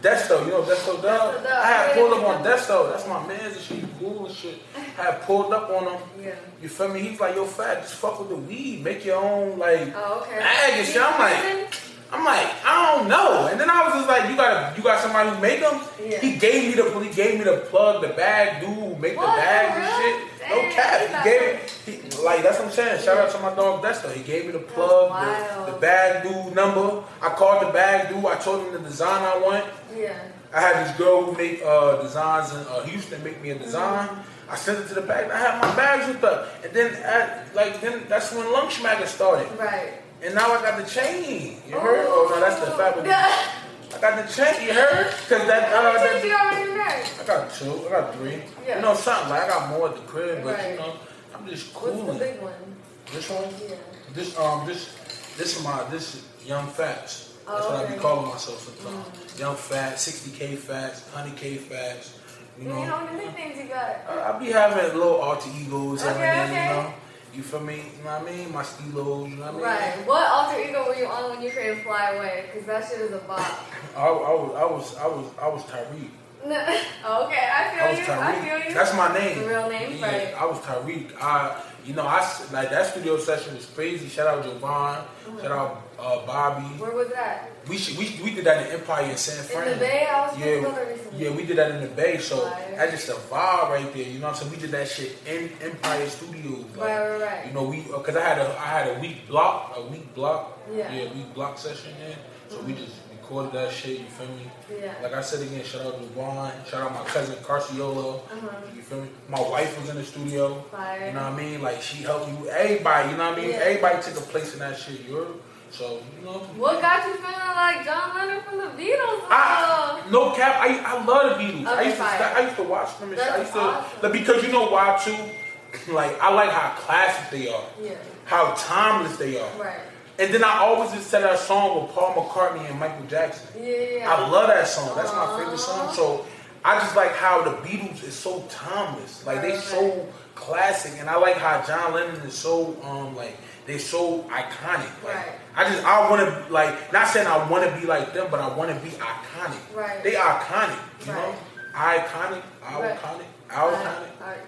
B: Desto, you know Desto Dub.
C: Desto Dub,
B: I had
C: yeah.
B: pulled up on Desto. That's my man's and shit, cool and shit. I had pulled up on him.
C: Yeah.
B: You feel me? He's like, yo, fat, just fuck with the weed, make your own like
C: Oh, okay.
B: bag and shit. I'm
C: Season?
B: like, I'm like, I don't know. And then I was just like, you got to you got somebody who make them.
C: Yeah.
B: He gave me the he gave me the plug, the bag, dude, who make
C: What,
B: the
C: for
B: bags and
C: real?
B: shit.
C: Dang,
B: no cap.
C: that's
B: He gave me he, like that's what I'm saying. Shout out to my dog Dexter. He gave me the plug,
C: wild.
B: the, the bag dude number. I called the bag dude. I told him the design I want.
C: Yeah.
B: I had this girl who make uh, designs in uh, Houston make me a design.
C: Mm-hmm.
B: I sent it to the bag. I had my bags with her, and then at, like then that's when Lunchmacker started.
C: Right.
B: And now I got the chain. You heard? Oh, no, that's the
C: [laughs]
B: fabric.
C: Yeah.
B: I got the chain. You heard? Cause that
C: How
B: uh,
C: many teams
B: that-
C: you got on your neck?
B: I got two. I got three.
C: Yeah.
B: You know something like I got more at the crib, but you
C: Right.
B: know I'm just
C: What's the
B: cooling.
C: big one?
B: This one.
C: Yeah.
B: This um this this is my this young fats. That's what I be
C: Okay. Mm.
B: calling myself sometimes. Young fat, 60k fats, 100k fats. You
C: You
B: know.
C: know how many nicknames you got?
B: I, I be having little alter egos every
C: Okay,
B: now and
C: okay.
B: you know. You feel me? You know what I mean? My stilos. You know what I mean?
C: Right. What alter ego were you on when you created Fly Away? Because that shit is a bop. [laughs]
B: I, I was I was I was I was Tyreek.
C: No. Okay, I feel
B: I was
C: you. I feel
B: Tyreek.
C: you.
B: That's my name.
C: The real name,
B: yeah,
C: right?
B: I was Tyreek. I, you know, I s- like that studio session was crazy. Shout out Jovan.
C: Oh
B: Shout out uh, Bobby.
C: Where was that?
B: We should, we we did that in Empire in San Fran.
C: Bay? I was thinking about that
B: yeah,
C: recently.
B: yeah, we did that in the Bay. So
C: Fire.
B: that's just a vibe right there. You know what I'm saying? We did that shit in Empire Studios. like,
C: Right, right, right.
B: You know, we because I had a I had a week block a week block
C: Yeah. Mm-hmm.
B: week block session there. So we just recorded that shit. You feel me?
C: Yeah.
B: Like I said again, shout out to Juan, shout out my cousin Carciolo. You feel me? My wife was in the studio.
C: Uh-huh. Fire.
B: You know what I mean? Like she helped you. Everybody, you know what I mean?
C: Yeah.
B: Everybody took a place in that shit. You're So you know.
C: What got you feeling like John Lennon from the Beatles?
B: I,
C: though?
B: no cap, I, I love the Beatles. I
C: Okay,
B: used to
C: fire.
B: st- I used to watch them and shit. I
C: That's
B: used to
C: awesome.
B: like, because you know why too. Like I like how classic they are,
C: Yeah.
B: how timeless they are.
C: Right.
B: And then I always just said that song with Paul McCartney and Michael Jackson.
C: Yeah, yeah, yeah.
B: I love that song. That's my favorite song. So I just like how the Beatles is so timeless. Like they
C: Right.
B: so classic, and I like how John Lennon is so um like they so iconic. Like
C: Right.
B: I just I want to like not saying I want to be like them, but I want to be iconic.
C: Right.
B: They iconic. You know,
C: Right.
B: iconic, our
C: Right.
B: iconic, our iconic, our
C: Alright.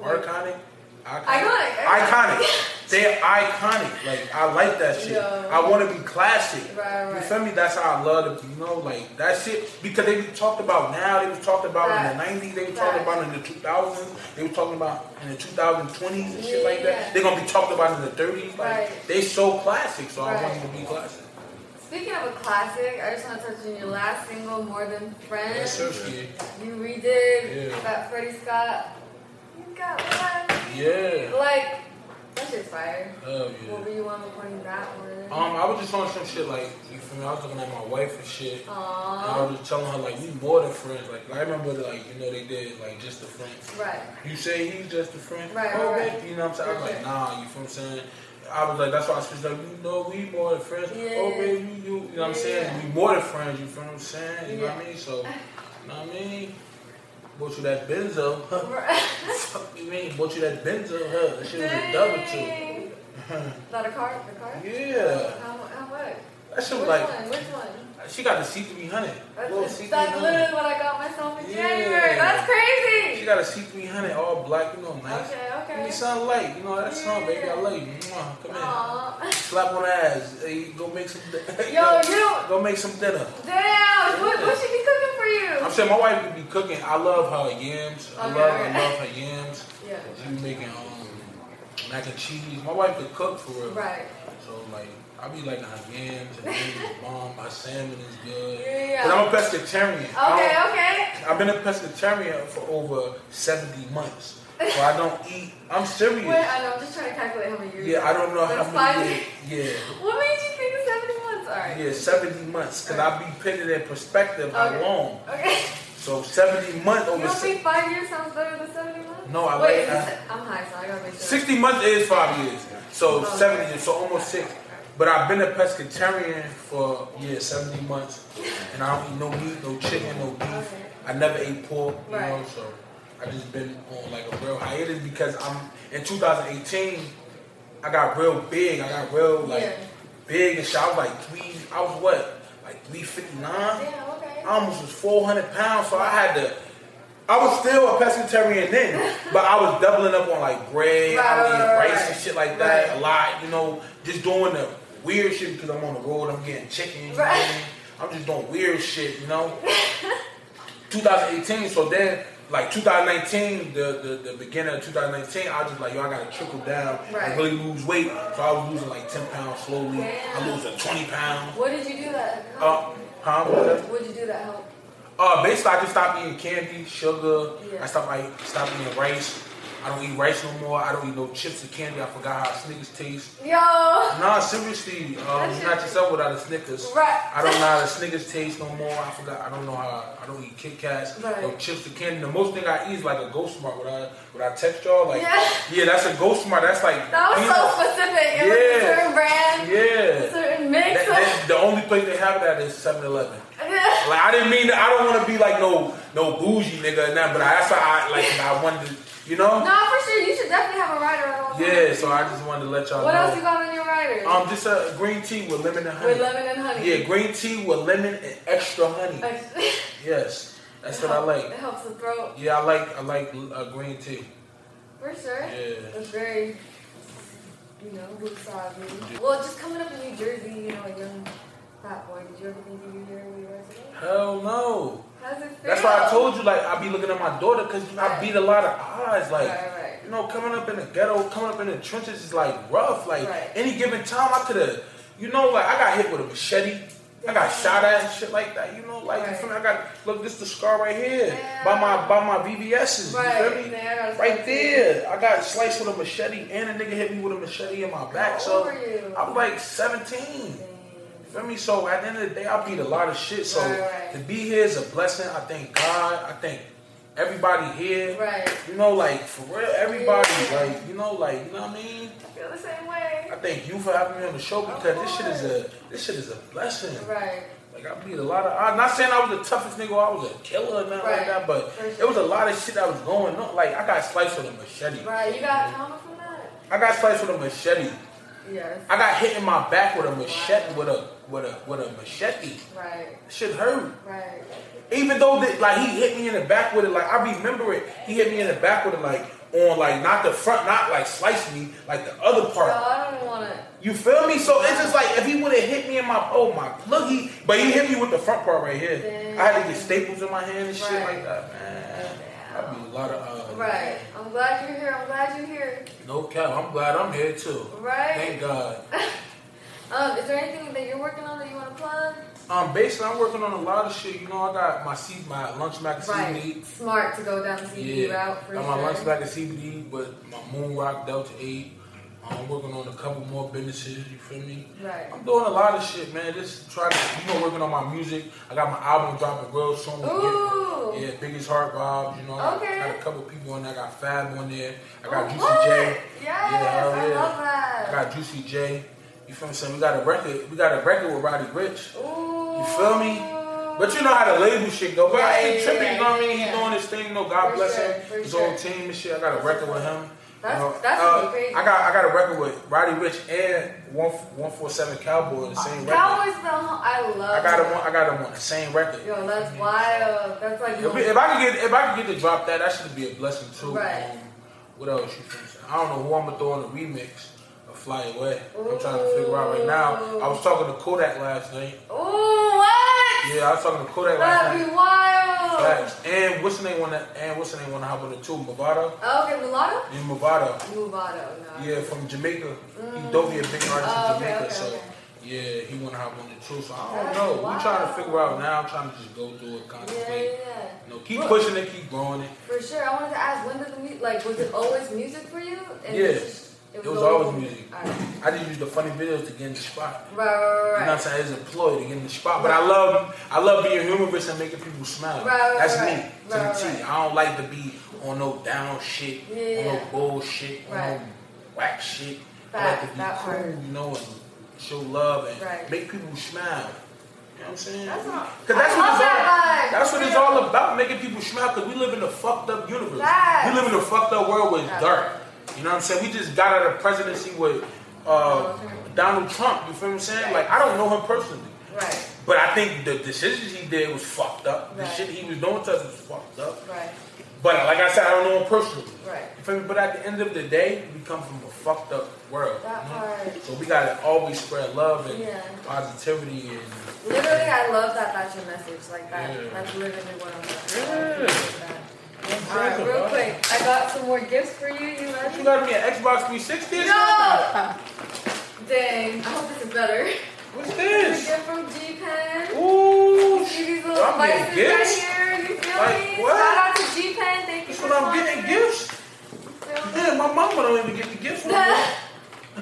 B: iconic. Iconic.
C: Iconic.
B: Iconic.
C: [laughs]
B: They're iconic. Like I like that shit.
C: Yeah.
B: I want to be classic.
C: Right,
B: You
C: right.
B: feel me? That's how I love it. You know, like that shit because they be talked about now. They was talked about in the
C: Facts.
B: nineties. They were talking
C: Facts.
B: about in the two thousands. They were talking about in the two thousand twenties and shit like
C: Yeah.
B: that. They're gonna be talked about in the thirties. Like
C: Right.
B: they so classic. So I want
C: Right.
B: them to be classic.
C: Speaking of a classic, I just want to touch on your last single, More Than Friends.
B: That's yeah.
C: You redid
B: Yeah.
C: that Freddie Scott. You got what?
B: Yeah.
C: Like, that shit's fire.
B: Hell yeah.
C: What were you on recording that one?
B: Um, I was just on some shit like you feel me. I was looking at my wife and shit.
C: Aw.
B: And I was just telling her like we more than friends. Like I remember like you know they did like just a friend.
C: Right.
B: You say he's just a friend.
C: Right,
B: Oh,
C: right,
B: babe, You know what I'm saying? I was like
C: Right.
B: nah. You feel what I'm saying? I was like that's why I switched up. You know we more than friends.
C: Yeah.
B: Oh babe, you you you know what I'm saying?
C: Yeah.
B: We more than friends. You feel what I'm saying? You know what I
C: Yeah.
B: mean? So you know what I mean. Bought you that Benzo. Huh? Fuck you mean? Bought you that Benzo? Huh? That shit was
C: [laughs]
B: a double two.
C: Dang. Not a car? The car?
B: Yeah.
C: How, mu- how much?
B: That shit
C: Which
B: was like.
C: one? Which one?
B: She got a C300. Little
C: That's,
B: C300.
C: that's literally what I got myself in
B: Yeah.
C: January. That's
B: She
C: crazy.
B: got a C300, all black, you know, nice.
C: Okay, okay.
B: Give me something light, you know, that song, baby, I love you. Mwah, come here.
C: Aw.
B: Slap on the ass. Hey, go make some [laughs] dinner.
C: Yo, you don't-
B: Go make some dinner.
C: Damn, what, what should be cooking for you?
B: I'm saying my wife could be cooking. I love her yams. I
C: Okay,
B: love, I
C: okay.
B: love her yams.
C: Yeah.
B: She be making um, mac and cheese. My wife could cook for real.
C: Right.
B: So like, I be liking her yams and beans, bomb. My salmon is good.
C: Yeah, yeah.
B: But I'm a pescatarian. I
C: Okay,
B: don't-
C: okay.
B: I've been a pescatarian for over 70 months. So I don't eat. I'm serious.
C: Wait, I know, I'm just trying to calculate how many years.
B: yeah, I don't know
C: That's
B: how
C: five
B: many.
C: years.
B: Yeah,
C: What made you think of 70 months?
B: yeah,
C: Alright.
B: yeah, 70 months. Because I be putting it in perspective how
C: Okay.
B: long.
C: Okay.
B: So 70 months
C: You
B: over
C: don't
B: si-
C: think five years sounds better than 70 months?
B: No, I
C: Wait,
B: like-
C: is
B: I-
C: it- I'm high, so I gotta make sure.
B: 60 months is five years. So
C: Okay.
B: 70 years, so almost six. But I've been a pescatarian for, yeah, 70 months. And I don't eat no meat, no chicken, no beef.
C: Okay.
B: I never ate pork, you know,
C: Right.
B: so I just been on like a real hiatus because I'm in 2018. I got real big. I got real like
C: Yeah.
B: big and shit. I was like three. I was what like 359.
C: Yeah, okay.
B: I almost was 400 pounds, so I had to. I was still a pescatarian then, but I was doubling up on like bread, I
C: Right,
B: was eating
C: right, right,
B: rice and
C: right.
B: shit like that
C: Right.
B: a lot. You know, just doing the weird shit because I'm on the road. I'm getting chicken. you know what I
C: Right.
B: mean? I'm just doing weird shit. You know. 2018. So then, like 2019, the, the the beginning of 2019, I was just like, yo, I gotta trickle down
C: Right.
B: and really lose weight. So I was losing like 10 pounds slowly.
C: Damn.
B: I losing 20 pounds.
C: What did you do that?
B: Uh,
C: helped?
B: huh?
C: What did you do that help?
B: Uh, basically, I just stopped eating candy, sugar.
C: Yeah.
B: I stopped like stopped eating rice. I don't eat rice no more. I don't eat no chips or candy. I forgot how Snickers taste.
C: Yo!
B: Nah, seriously, um, you're not yourself without a Snickers.
C: Right.
B: I don't know
C: [laughs]
B: how the Snickers taste no more. I forgot. I don't know how. I don't eat Kit Kats.
C: Right.
B: No chips or candy. The most thing I eat is like a Ghost Mart. What I what I text y'all like.
C: Yeah.
B: yeah, that's a Ghost Mart. That's like.
C: That was so
B: peanuts.
C: specific. It was a
B: Yeah.
C: certain brand, a
B: Yeah.
C: certain mix.
B: That- that- the only place they have that is 7-Eleven.
C: [laughs] Yeah.
B: Like I didn't mean I don't want to be like no no bougie nigga or nothing, but I, that's why I like I wanted to, you know.
C: No, for sure. You should definitely have a rider at all times.
B: Yeah, so I just wanted to let y'all
C: What
B: know.
C: else you got on your rider?
B: Um, just a green tea with lemon and honey.
C: With lemon and honey.
B: Yeah, green tea with lemon and extra honey. Yes, that's what I
C: [laughs] It
B: like.
C: helps the throat.
B: Yeah, I like I like uh, green tea.
C: For sure.
B: Yeah.
C: It's very, you know, wasabi. Well, just coming up in New Jersey, you know, a young fat boy. Did you ever think you'd be here when you were today?
B: Hell no.
C: How's it feel?
B: That's why I told you like I be looking at my daughter because I beat a lot of odds. Like
C: Right, right.
B: you know, coming up in the ghetto, coming up in the trenches is like rough. Like
C: Right.
B: any given time, I could have, you know, like I got hit with a machete. I got shot at and shit like that. You know, like you
C: Right.
B: feel me? I got look this the scar right here by my by my VVS's.
C: Right.
B: You feel me?
C: Man, I got a
B: right
C: slice
B: there. I got sliced with a machete and a nigga hit me with a machete in my back.
C: How
B: so
C: old were you?
B: I was like seventeen. You Feel me? So at the end of the day, I beat a lot of shit. So
C: Right, right.
B: to be here is a blessing. I thank God. I thank everybody here.
C: Right.
B: You know, like for real, everybody. Like you know, like you know what I mean.
C: Feel the same way.
B: I thank you for having me on the show because this shit is a this shit is a blessing.
C: Right.
B: Like I beat a lot of. I'm not saying I was the toughest nigga. or I was a killer or nothing like
C: Right.
B: that, but
C: For sure.
B: it was a lot of shit that was going on. Like I got sliced with a machete.
C: Right. You got trauma from that?
B: I got sliced with a machete.
C: Yes.
B: I got hit in my back with a machete with a with a with a machete.
C: Right.
B: Shit hurt.
C: Right.
B: Even though that, like he hit me in the back with it, like I remember it. He hit me in the back with it, like on like not the front, not like sliced me, like the other
C: No,
B: part.
C: I don't want to.
B: You feel me? So it's just like if he would have hit me in my oh my look he but he hit me with the front part right here. I had to get staples in my hand and shit like
C: Right.
B: that, man. That'd be a lot of uh,
C: Right. I'm glad you're here. I'm glad you're here.
B: No cap, I'm glad I'm here too.
C: Right.
B: Thank God.
C: Um, is there anything that you're working on that you want to plug?
B: Um, basically, I'm working on a lot of shit. You know, I got my C, my lunch mac
C: Right.
B: CBD.
C: Smart to go down the CBD route for
B: got
C: sure.
B: my lunch back at CBD, but my Moon Rock Delta 8. I'm working on a couple more businesses, you feel me?
C: Right.
B: I'm doing a lot of shit, man. Just trying to, you know, working on my music. I got my album dropping real soon.
C: Ooh.
B: Yeah, biggest heart vibes, you know. I got-
C: Okay.
B: I got a couple people on there. I got Fab on there. I
C: Oh,
B: got Juicy
C: what?
B: J.
C: Yes,
B: hell
C: I love that.
B: I got Juicy J. You feel me? saying? We got a record. We got a record with Roddy Rich.
C: Ooh.
B: You feel me? But you know how the label shit go. But I ain't
C: Yeah,
B: tripping, you know what I
C: yeah,
B: mean? He's
C: yeah.
B: doing his thing, though. God
C: For
B: bless
C: sure, for
B: him. His
C: sure.
B: whole team and shit. I got a record with him.
C: That's-
B: You know,
C: that's
B: uh,
C: pretty crazy.
B: I got I got a record with Roddy Rich and one one four seven Cowboy the same record.
C: Cowboys the home. I love.
B: I got him
C: that.
B: on I got him on the same record.
C: Yo, that's wild. That's like.
B: If, if I could get if I could get to drop that, that should be a blessing too.
C: Right.
B: Um, what else you think? I don't know who I'm gonna throw in the remix of Fly Away. I'm trying to figure out right now. I was talking to Kodak last night.
C: Ooh, what?
B: Yeah, I was talking to Kodak last
C: That'd
B: night.
C: be wild.
B: Facts. And what's the name on that? And what's the name on the hop on the two? Movado.
C: Oh, Okay, mulatto.
B: Yeah, Movado.
C: Mulatto. No.
B: Yeah, from Jamaica. He dope. He a big artist
C: Mm. Oh,
B: from
C: okay,
B: Jamaica.
C: okay,
B: so
C: okay.
B: yeah, he wanna hop on the two. So I don't
C: That's
B: know.
C: wild.
B: We trying to figure out now. I'm trying to just go through it,
C: Yeah,
B: contemplate.
C: yeah, yeah.
B: You know, keep pushing it, keep growing it.
C: For sure. I wanted to ask, when did the music? Like, was it always music for you? And
B: Yeah.
C: this is-
B: It was always music.
C: All right.
B: I just use the funny videos to get in the spot.
C: Right, right,
B: You
C: right,
B: know what I'm
C: right.
B: saying? It's a ploy to get in the spot. But I love I love being humorous and making people smile.
C: Right, right,
B: That's
C: right.
B: me. To
C: Right,
B: the
C: right.
B: T. I don't like to be on no down shit, on
C: Yeah.
B: no bullshit, on
C: Right.
B: no whack shit.
C: Fact,
B: I like to be
C: that
B: cool,
C: part.
B: you know, and show love and
C: Right.
B: make people smile. You know what I'm saying?
C: That's not-
B: Cause that's
C: I
B: what
C: love
B: it's
C: that
B: all.
C: vibe.
B: That's what it's
C: Yeah.
B: all about, making people smile. Cause we live in a fucked up universe.
C: Facts.
B: We live in a fucked up world where it's
C: Facts.
B: dark. You know what I'm saying? We just got out of presidency with uh, Donald Trump. You feel what I'm saying? Like I don't know him personally,
C: Right.
B: but I think the decisions he did was fucked up. The
C: Right.
B: shit he was doing to us was fucked up.
C: Right.
B: But like I said, I don't know him personally.
C: Right.
B: You feel me? But at the end of the day, we come from a fucked up world.
C: That
B: you know?
C: part.
B: So we gotta always spread love and
C: Yeah.
B: positivity and.
C: Literally, I love that. That's your message. Like that.
B: Yeah.
C: That's literally what I'm.
B: Yeah.
C: All right, real quick. I got some more gifts for you. You
B: You
C: ready?
B: got me an Xbox 360? or something?
C: No. Dang. I hope this is better. [laughs]
B: What's
C: Here's a
B: this?
C: gift from G Pen.
B: Ooh,
C: See
B: shit.
C: these little
B: I'm getting
C: vices
B: gifts?
C: right here. You feel
B: Like,
C: me?
B: what?
C: Shout out to G Pen. Thank you
B: That's
C: for
B: what I'm getting gifts?
C: sponsoring.
B: Damn, my mama don't even get the gifts from me.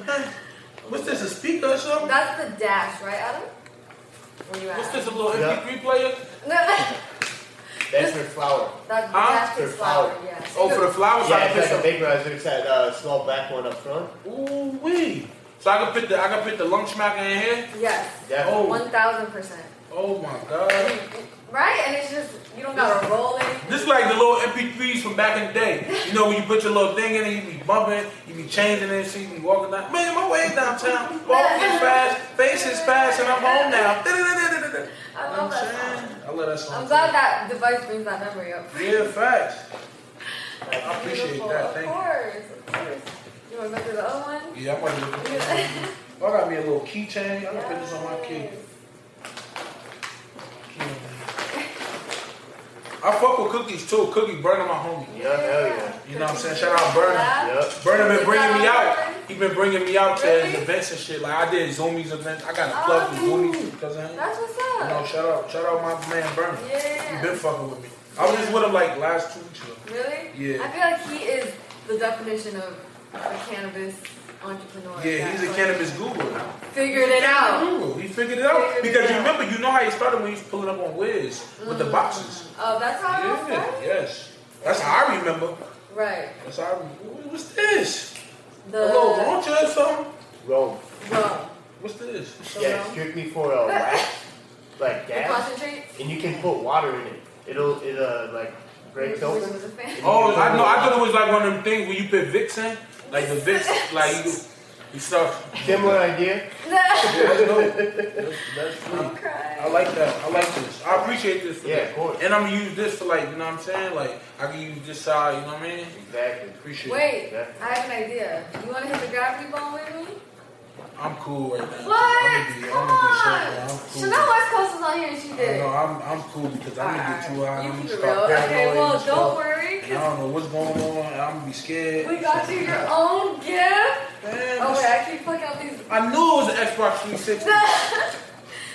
B: What's this, a speaker or something?
C: [laughs] That's the dash, right, Adam? Where you at?
B: What's this, a little
E: Yeah.
B: MP3 player?
C: No, [laughs] that's
E: That's her flower.
C: the
B: Huh?
C: dash is
E: For
C: flower.
E: flower.
C: Yeah.
B: Oh, for the flowers, I
E: Yeah,
B: can
E: it's like a
B: pick
E: vaporizer. It's that uh, small black one up front.
B: the Ooh wee. So I can put the I can put the lung smacker in here.
C: Yes.
E: Yeah.
B: Oh.
C: One thousand percent.
B: Oh my god.
C: Right, and it's just you don't gotta roll it.
B: This is like the little MP3s from back in the day. You know when you put your little thing in it, you be bumping, you be changing it, so you be walking down. Man, my way downtown. Walking is fast, face is fast, and I'm home [laughs] now.
C: I love that song.
B: I love that song.
C: I'm glad that device brings that memory up.
B: Yeah, facts. I appreciate
C: Beautiful.
B: that. Thank
C: of
B: you.
C: course, of course. You want to remember the other one?
B: Yeah, I might be looking for this. [laughs] I got me a little keychain. I'm gonna put this on my key. I fuck with cookies too. Cookie burning my homie.
E: Yeah, hell yeah.
B: You know what I'm saying? Shout out Burnham.
C: Yeah.
E: Yep.
B: Burnham been bringing me out. He been bringing me out to his
C: Really?
B: events and shit. Like I did Zoomies events. I got a
C: Oh,
B: plug with
C: dude.
B: Zoomies because of him.
C: That's what's
B: No,
C: up.
B: shout out, shout out my man Bernie.
C: Yeah.
B: He been fucking with me. I was just with him like last two weeks ago.
C: Really?
B: Yeah.
C: I feel like he is the definition of a cannabis entrepreneur.
B: Yeah, he's a
C: That's
B: cannabis guru now.
C: like, Figured it out.
B: Guru, he figured it out Mm-hmm. because you remember, you know how he started when he was pulling up on Wiz with the boxes.
C: Oh, that's how it all
B: Yeah,
C: started?
B: yes, that's how I remember.
C: Right.
B: That's how I remember. What's this?
C: The
B: A little launcher or something?
E: Rome.
C: well,
B: What's this?
E: Yeah, it's strictly for uh, wax, like
C: the
E: gas,
C: concentrate.
E: and you can put water in it. It'll it uh like breaks
C: Which
E: open.
C: was a fan. [laughs]
B: Oh, I know. I thought it was like one of them things where you put Vixen, like the Vixen, like you, you start.
E: Similar idea.
B: That's dope. That's, that's dope. I
C: Cry.
B: like that. I like this. I appreciate this. For
E: Yeah,
B: that.
E: of course.
B: And I'm gonna use this for like, you know what I'm saying? Like, I can use this side. You know what I mean?
E: Exactly.
B: Appreciate. it.
C: Wait, I have an idea. You want to hit the gravity ball with me?
B: I'm cool right now.
C: What?
B: I'm gonna be- I'm
C: Come on.
B: gonna be
C: Chanel
B: straight, man.
C: West Coast was on here and she
B: I'm cool.
C: did.
B: No, I'm I'm cool because I'm gonna get too high.
C: You
B: I'm
C: keep
B: gonna
C: it
B: start
C: real. Okay,
B: paranoid
C: well,
B: and
C: don't
B: stuff.
C: worry.
B: And I don't know what's going on. and I'm gonna be scared.
C: We got you your own gift.
B: Man,
C: Oh
B: this-
C: wait, I keep fucking up these. [laughs]
B: I knew it was an Xbox 360.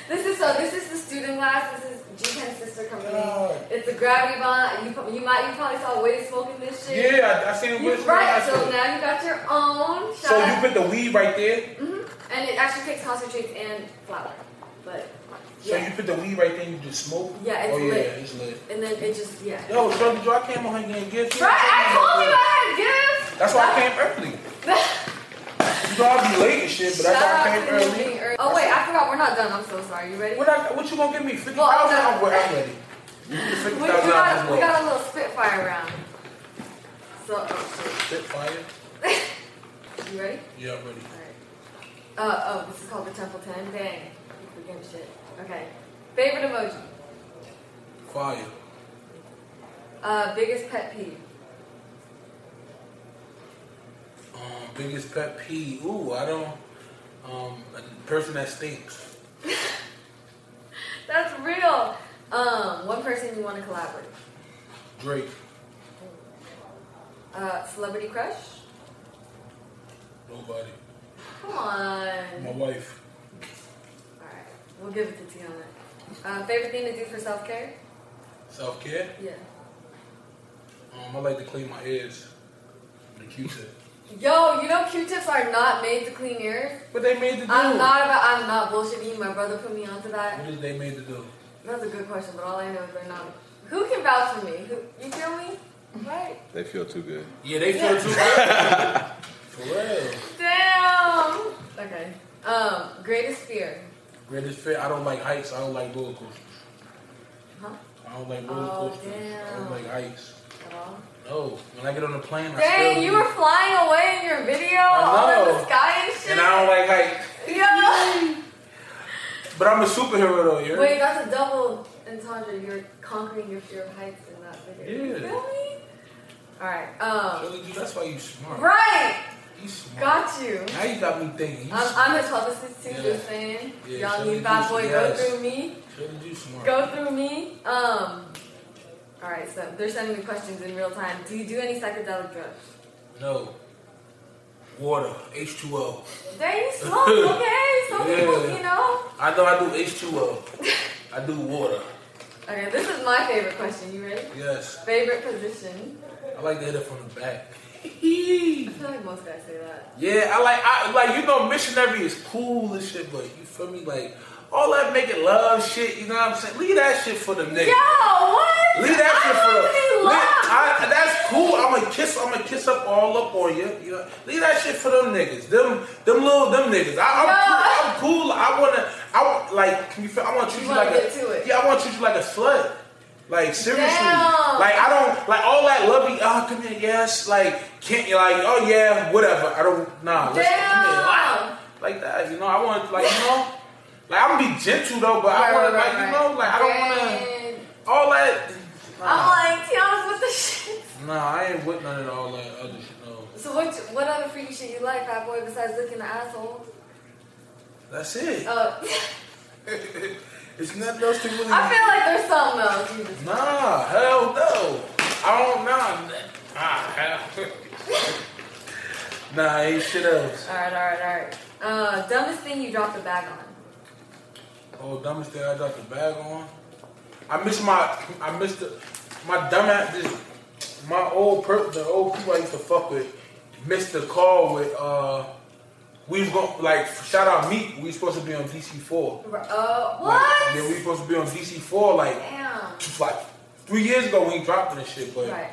C: This is so. This is the student class. This is G Pen's sister company.
B: God.
C: It's a gravity bond. You pro- you might you probably saw Wade smoking this shit.
B: Yeah, I, I seen it
C: You,
B: with
C: right.
B: my-
C: So now you got your own.
B: So
C: shot.
B: you put the weed right there.
C: Mm-hmm. and it actually takes concentrates and flour, but
B: So
C: yeah.
B: you put the weed right there. and You just smoke.
C: Yeah, it's
B: oh, yeah,
C: lit.
B: it's lit.
C: and then it just yeah.
B: Yo, Shorty Joe, I came on here and gifts.
C: Right. I told you I had a gift.
B: That's why I came early.
C: [laughs]
B: You know I'll be late and shit, but that's
C: Shout
B: why I came
C: out to you
B: early.
C: being early. Oh wait, I forgot we're not done. I'm so sorry. You ready?
B: What, I, what you gonna give me? Fifty
C: Well, I'm
B: thousand? I'm
C: done.
B: ready. I'm ready.
C: We,
B: Fifty
C: we
B: thousand
C: got,
B: dollars.
C: we got a little spitfire round. So, oh,
B: Spitfire.
C: shit. you ready?
B: Yeah, I'm ready.
C: Alright. Uh, oh, this is called the Temple 10. Dang. You forgetting shit. Okay. Favorite emoji?
B: Fire.
C: Uh, biggest pet peeve?
B: Um, biggest pet peeve. Ooh, I don't. Um, a person that stinks.
C: That's real. Um, one person you want to collaborate?
B: Drake.
C: Uh, celebrity crush?
B: Nobody.
C: Come on.
B: My wife.
C: Alright. We'll give it to Tiana. Uh, favorite thing to do for self-care?
B: Self care.
C: Yeah.
B: Um, I like to clean my ears. The Q-tip.
C: Yo, you know Q-tips are not made to clean ears?
B: [laughs] What they made to do?
C: I'm not about. I'm not bullshitting you. My brother put me onto
B: What
C: that.
B: is they made to do?
C: That's a good question, but all I know is they're not. Who can vouch for me? Who, you feel me? Right.
F: They feel too good.
B: Yeah, they feel too.
C: [laughs]
B: For real.
C: Damn. Okay. Um. Greatest fear.
B: Greatest fear. I don't like heights. I don't like roller coasters.
C: Huh?
B: I don't like roller
C: Oh,
B: coasters. I don't
C: damn.
B: like heights.
C: At all?
B: No. When I get on a plane, I
C: Dang,
B: still
C: you
B: do.
C: were flying away in your video,
B: I
C: all in the
B: know.
C: sky and shit.
B: And I don't like heights.
C: Yo.
B: But I'm a superhero though. you
C: Wait, that's a double entendre. You're conquering your fear of heights in that video. You
B: Yeah.
C: feel me? All right. Um.
B: That's why you smart.
C: Right.
B: You smart.
C: Got you.
B: Now you got me thinking. You
C: I'm,
B: smart.
C: I'm his publicist too, just saying.
B: Yeah,
C: Y'all
B: so
C: need
B: you
C: Bad
B: just-
C: Boy, go
B: yes.
C: through me.
B: Should've you smart.
C: uh, Go through me. Um, Alright, so they're sending me questions in real time. Do you do any psychedelic drugs?
B: No. Water. H2O.
C: Dang, you
B: [laughs]
C: smoke, okay? Some people,
B: Yeah.
C: you know.
B: I know I do
C: [laughs]
B: H2O. I do water.
C: Okay, this is my favorite question. You ready?
B: Yes.
C: Favorite position?
B: I like to hit it from the back.
C: [laughs] I feel like most guys say that.
B: Yeah, I like I like you know missionary is cool and shit, but you feel me like all that making love shit, you know what I'm saying? Leave that shit for the nigga.
C: Yo, what?
B: Leave that
C: I
B: shit for the
C: fucking love.
B: I- that's cool. I'm gonna kiss. I'm gonna kiss up all up on you. you know? Leave that shit for them niggas. Them, them little, them niggas. I, I'm, cool, I'm cool. I wanna. I wa- like. Can you feel? I want to treat
C: You
B: you,
C: wanna
B: like
C: get to
B: a.
C: it.
B: Yeah, I want to treat you like a slut. Like seriously.
C: Damn.
B: Like I don't like all that lovey. Oh, come here. Yes. Like can't you like? Oh yeah. Whatever. I don't. Nah. Let's come here.
C: Damn.
B: Like, like that. You know. I want like you know. Like I'm gonna be gentle though, but I
C: Right,
B: want
C: right,
B: to like
C: right,
B: you
C: right.
B: know like I don't want to
C: Dang.
B: all that.
C: I'm like, Tiana's with the shit. [laughs]
B: Nah, I ain't with none of all that other shit. No,
C: So what? What other freaky shit you like, fat boy? Besides looking at assholes?
B: that's it.
C: Uh,
B: [laughs]
C: [laughs]
B: it's nothing else to really.
C: I feel like there's something else. You just-
B: nah, hell no. I don't nah. nah, Ah, hell. [laughs] Nah, ain't shit else.
C: All right, all right, all right. Uh, dumbest thing you dropped a bag on.
B: Oh, dumbest thing I dropped the bag on. I miss my, I miss the, my dumb ass, this, my old per, the old people I used to fuck with, missed the call with, uh, we was going, like, shout out Meek, we supposed to be on DC4.
C: Uh,
B: Like,
C: what?
B: yeah, we supposed to be on DC4, like,
C: Damn.
B: t- like, three years ago when he dropped this shit, but
C: Right.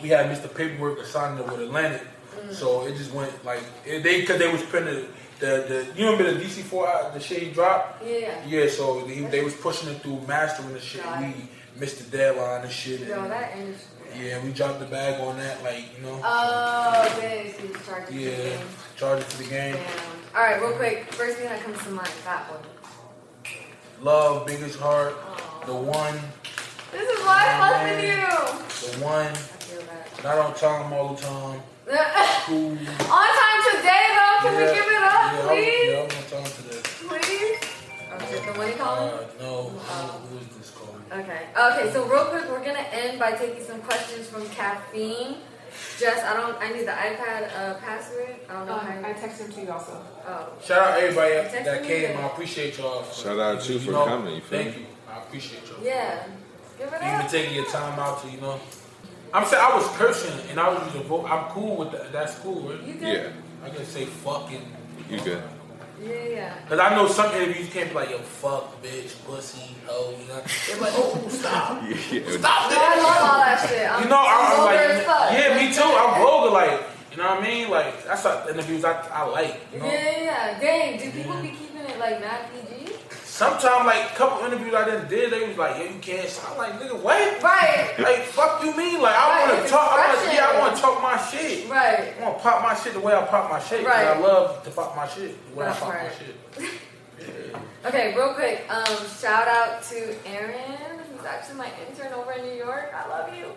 B: we had Mr. Paperwork assigned it with Atlantic.
C: Mm.
B: So it just went like it, they because they was printing the, the you remember the DC four uh, the shit he dropped
C: Yeah.
B: yeah so they, they was pushing it through mastering the shit
C: Got it.
B: and we missed the deadline and shit and,
C: Yo, that industry.
B: yeah we dropped the bag on that like you know
C: Oh, this is charging.
B: yeah
C: Damn.
B: charge it to the game
C: All right, real quick. First thing that comes to mind, that one.
B: love biggest heart the one
C: This is why
B: Oh,
C: I fuck with you.
B: the one
C: I feel that.
B: not on time all the time cool yeah,
C: [laughs] on time today, though. Can we give it up,
B: yeah, I was-
C: please?
B: yeah, I was on time today.
C: Please. Oh, is it the one you calling?
B: Uh, no, who is this calling?
C: Okay. Okay. So real quick, we're gonna end by taking some questions from caffeine. Jess, I don't. I need the iPad uh, password. I don't know how.
F: Um, I
C: You,
F: texted him to you also.
C: oh.
B: Shout out everybody
C: Text
B: that
C: me.
B: came. I appreciate y'all. for-
G: Shout out to you for coming, you feel
B: Thank
G: me?
B: you. I appreciate y'all.
C: Yeah. Give it
B: You've been
C: up.
B: taking your time out to you know. I'm saying I was cursing and I was just a vo- I'm cool with that. That's cool, right?
C: You good?
F: [laughs]
G: Yeah,
B: I can say fucking.
G: you good.
C: Yeah. [laughs] Yeah.
B: Cause I know some interviews can't be like yo fuck bitch pussy hoe. You know? They're like oh stop
G: Yeah,
B: stop
C: Oh, I love
B: that.
C: all that shit. I'm,
B: You know I'm,
C: vulgar
B: like
C: as fuck.
B: yeah me too. I'm vulgar like you know what I mean like that's the interviews I, I like. You know?
C: Yeah, yeah, yeah. Dang, do people be keeping it like not PG?
B: Sometimes like a couple interviews I done did they was like yeah you can't. So I'm like nigga what?
C: Right,
B: Like fuck you mean? Like I
C: Right,
B: wanna talk I wanna
C: expression.
B: yeah, I wanna talk my shit.
C: right.
B: I wanna pop my shit the way I pop my shit. 'cause
C: Right.
B: I love to pop my shit the way
C: That's
B: I pop
C: right.
B: my shit.
C: Okay, real quick. Um, shout out to Aaron, who's actually my intern over in New York. I love you.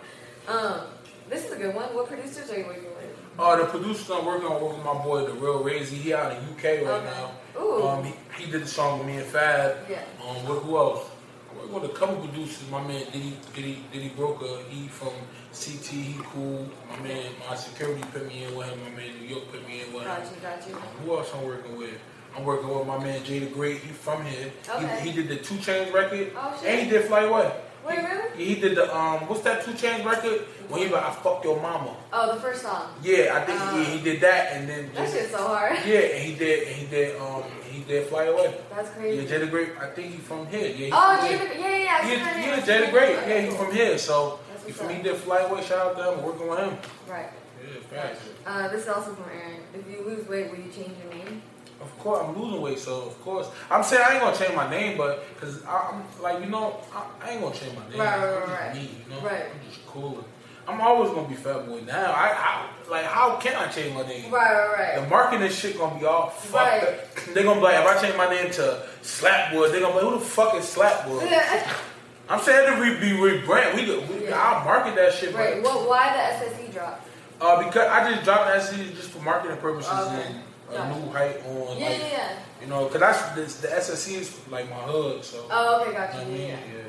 C: Um, this is a good one. What producers are you working with?
B: Uh the producer I'm working on with my boy the real Razy, he out in UK right
C: Okay.
B: now.
C: Ooh.
B: Um he, he did the song with me and Fab.
C: Yeah.
B: Um with who else? I work with a couple producers, my man Diddy Diddy Diddy Broker, he from CT, he cool. My man my security put me in with him, my man New York put me in with
C: Got
B: him. Um,
C: you, got you.
B: Who else I'm working with? I'm working with my man Jay the Great. He from here.
C: Okay.
B: He, he did the Two Chains record.
C: Oh, shit.
B: And he did Fly Away.
C: Wait,
B: He-
C: really?
B: He, did the um. What's that Two Chains record? When he like I fuck your mama.
C: Oh, the first song.
B: Yeah, I think he,
C: Ah.
B: did, he did that, and then
C: That
B: just-
C: shit's so hard.
B: [laughs] yeah, and he did and he did um he did Fly Away.
C: That's
B: Yeah,
C: crazy.
B: Jay the Great. I think he from here. Yeah. He
C: Oh,
B: from here.
C: Jada, yeah, yeah, yeah. I see her
B: Yeah,
C: name.
B: yeah,
C: I see
B: Jay the
C: her
B: Great.
C: name. Okay,
B: Yeah, he
C: cool.
B: from here. So
C: That's
B: he,
C: what's
B: from,
C: up.
B: he did Fly Away. Shout out to him. Working with him.
C: Right.
B: Yeah, facts.
C: Uh, this is also from Aaron. If you lose weight, will you change your name?
B: Of course, I'm losing weight, so of course, I'm saying I ain't gonna change my name, but because I'm like you know, I, I ain't gonna change my name.
C: Right, right,
B: I'm just
C: right.
B: me, you know,
C: Right.
B: I'm just cool. I'm always gonna be fat boy now. I, I like how can I change my name?
C: Right, right,
B: The
C: right.
B: marketing shit gonna be all fucked
C: Right.
B: up. They gonna be like, if I change my name to Slapwood, they gonna be like, who the fuck is Slapwood? I'm saying to re- be rebrand. We, could- we
C: Yeah.
B: I'll market that shit, but
C: [laughs] right. Well, why the SSE drop?
B: uh, because I just dropped that shit just for marketing purposes
C: Okay.
B: and a
C: Gotcha.
B: new height on.
C: Yeah,
B: like,
C: yeah, yeah.
B: you know, cause that's the, the SSC is like my hood, so.
C: Oh, okay,
B: I
C: gotcha. Yeah,
B: mean,
C: yeah.
B: yeah.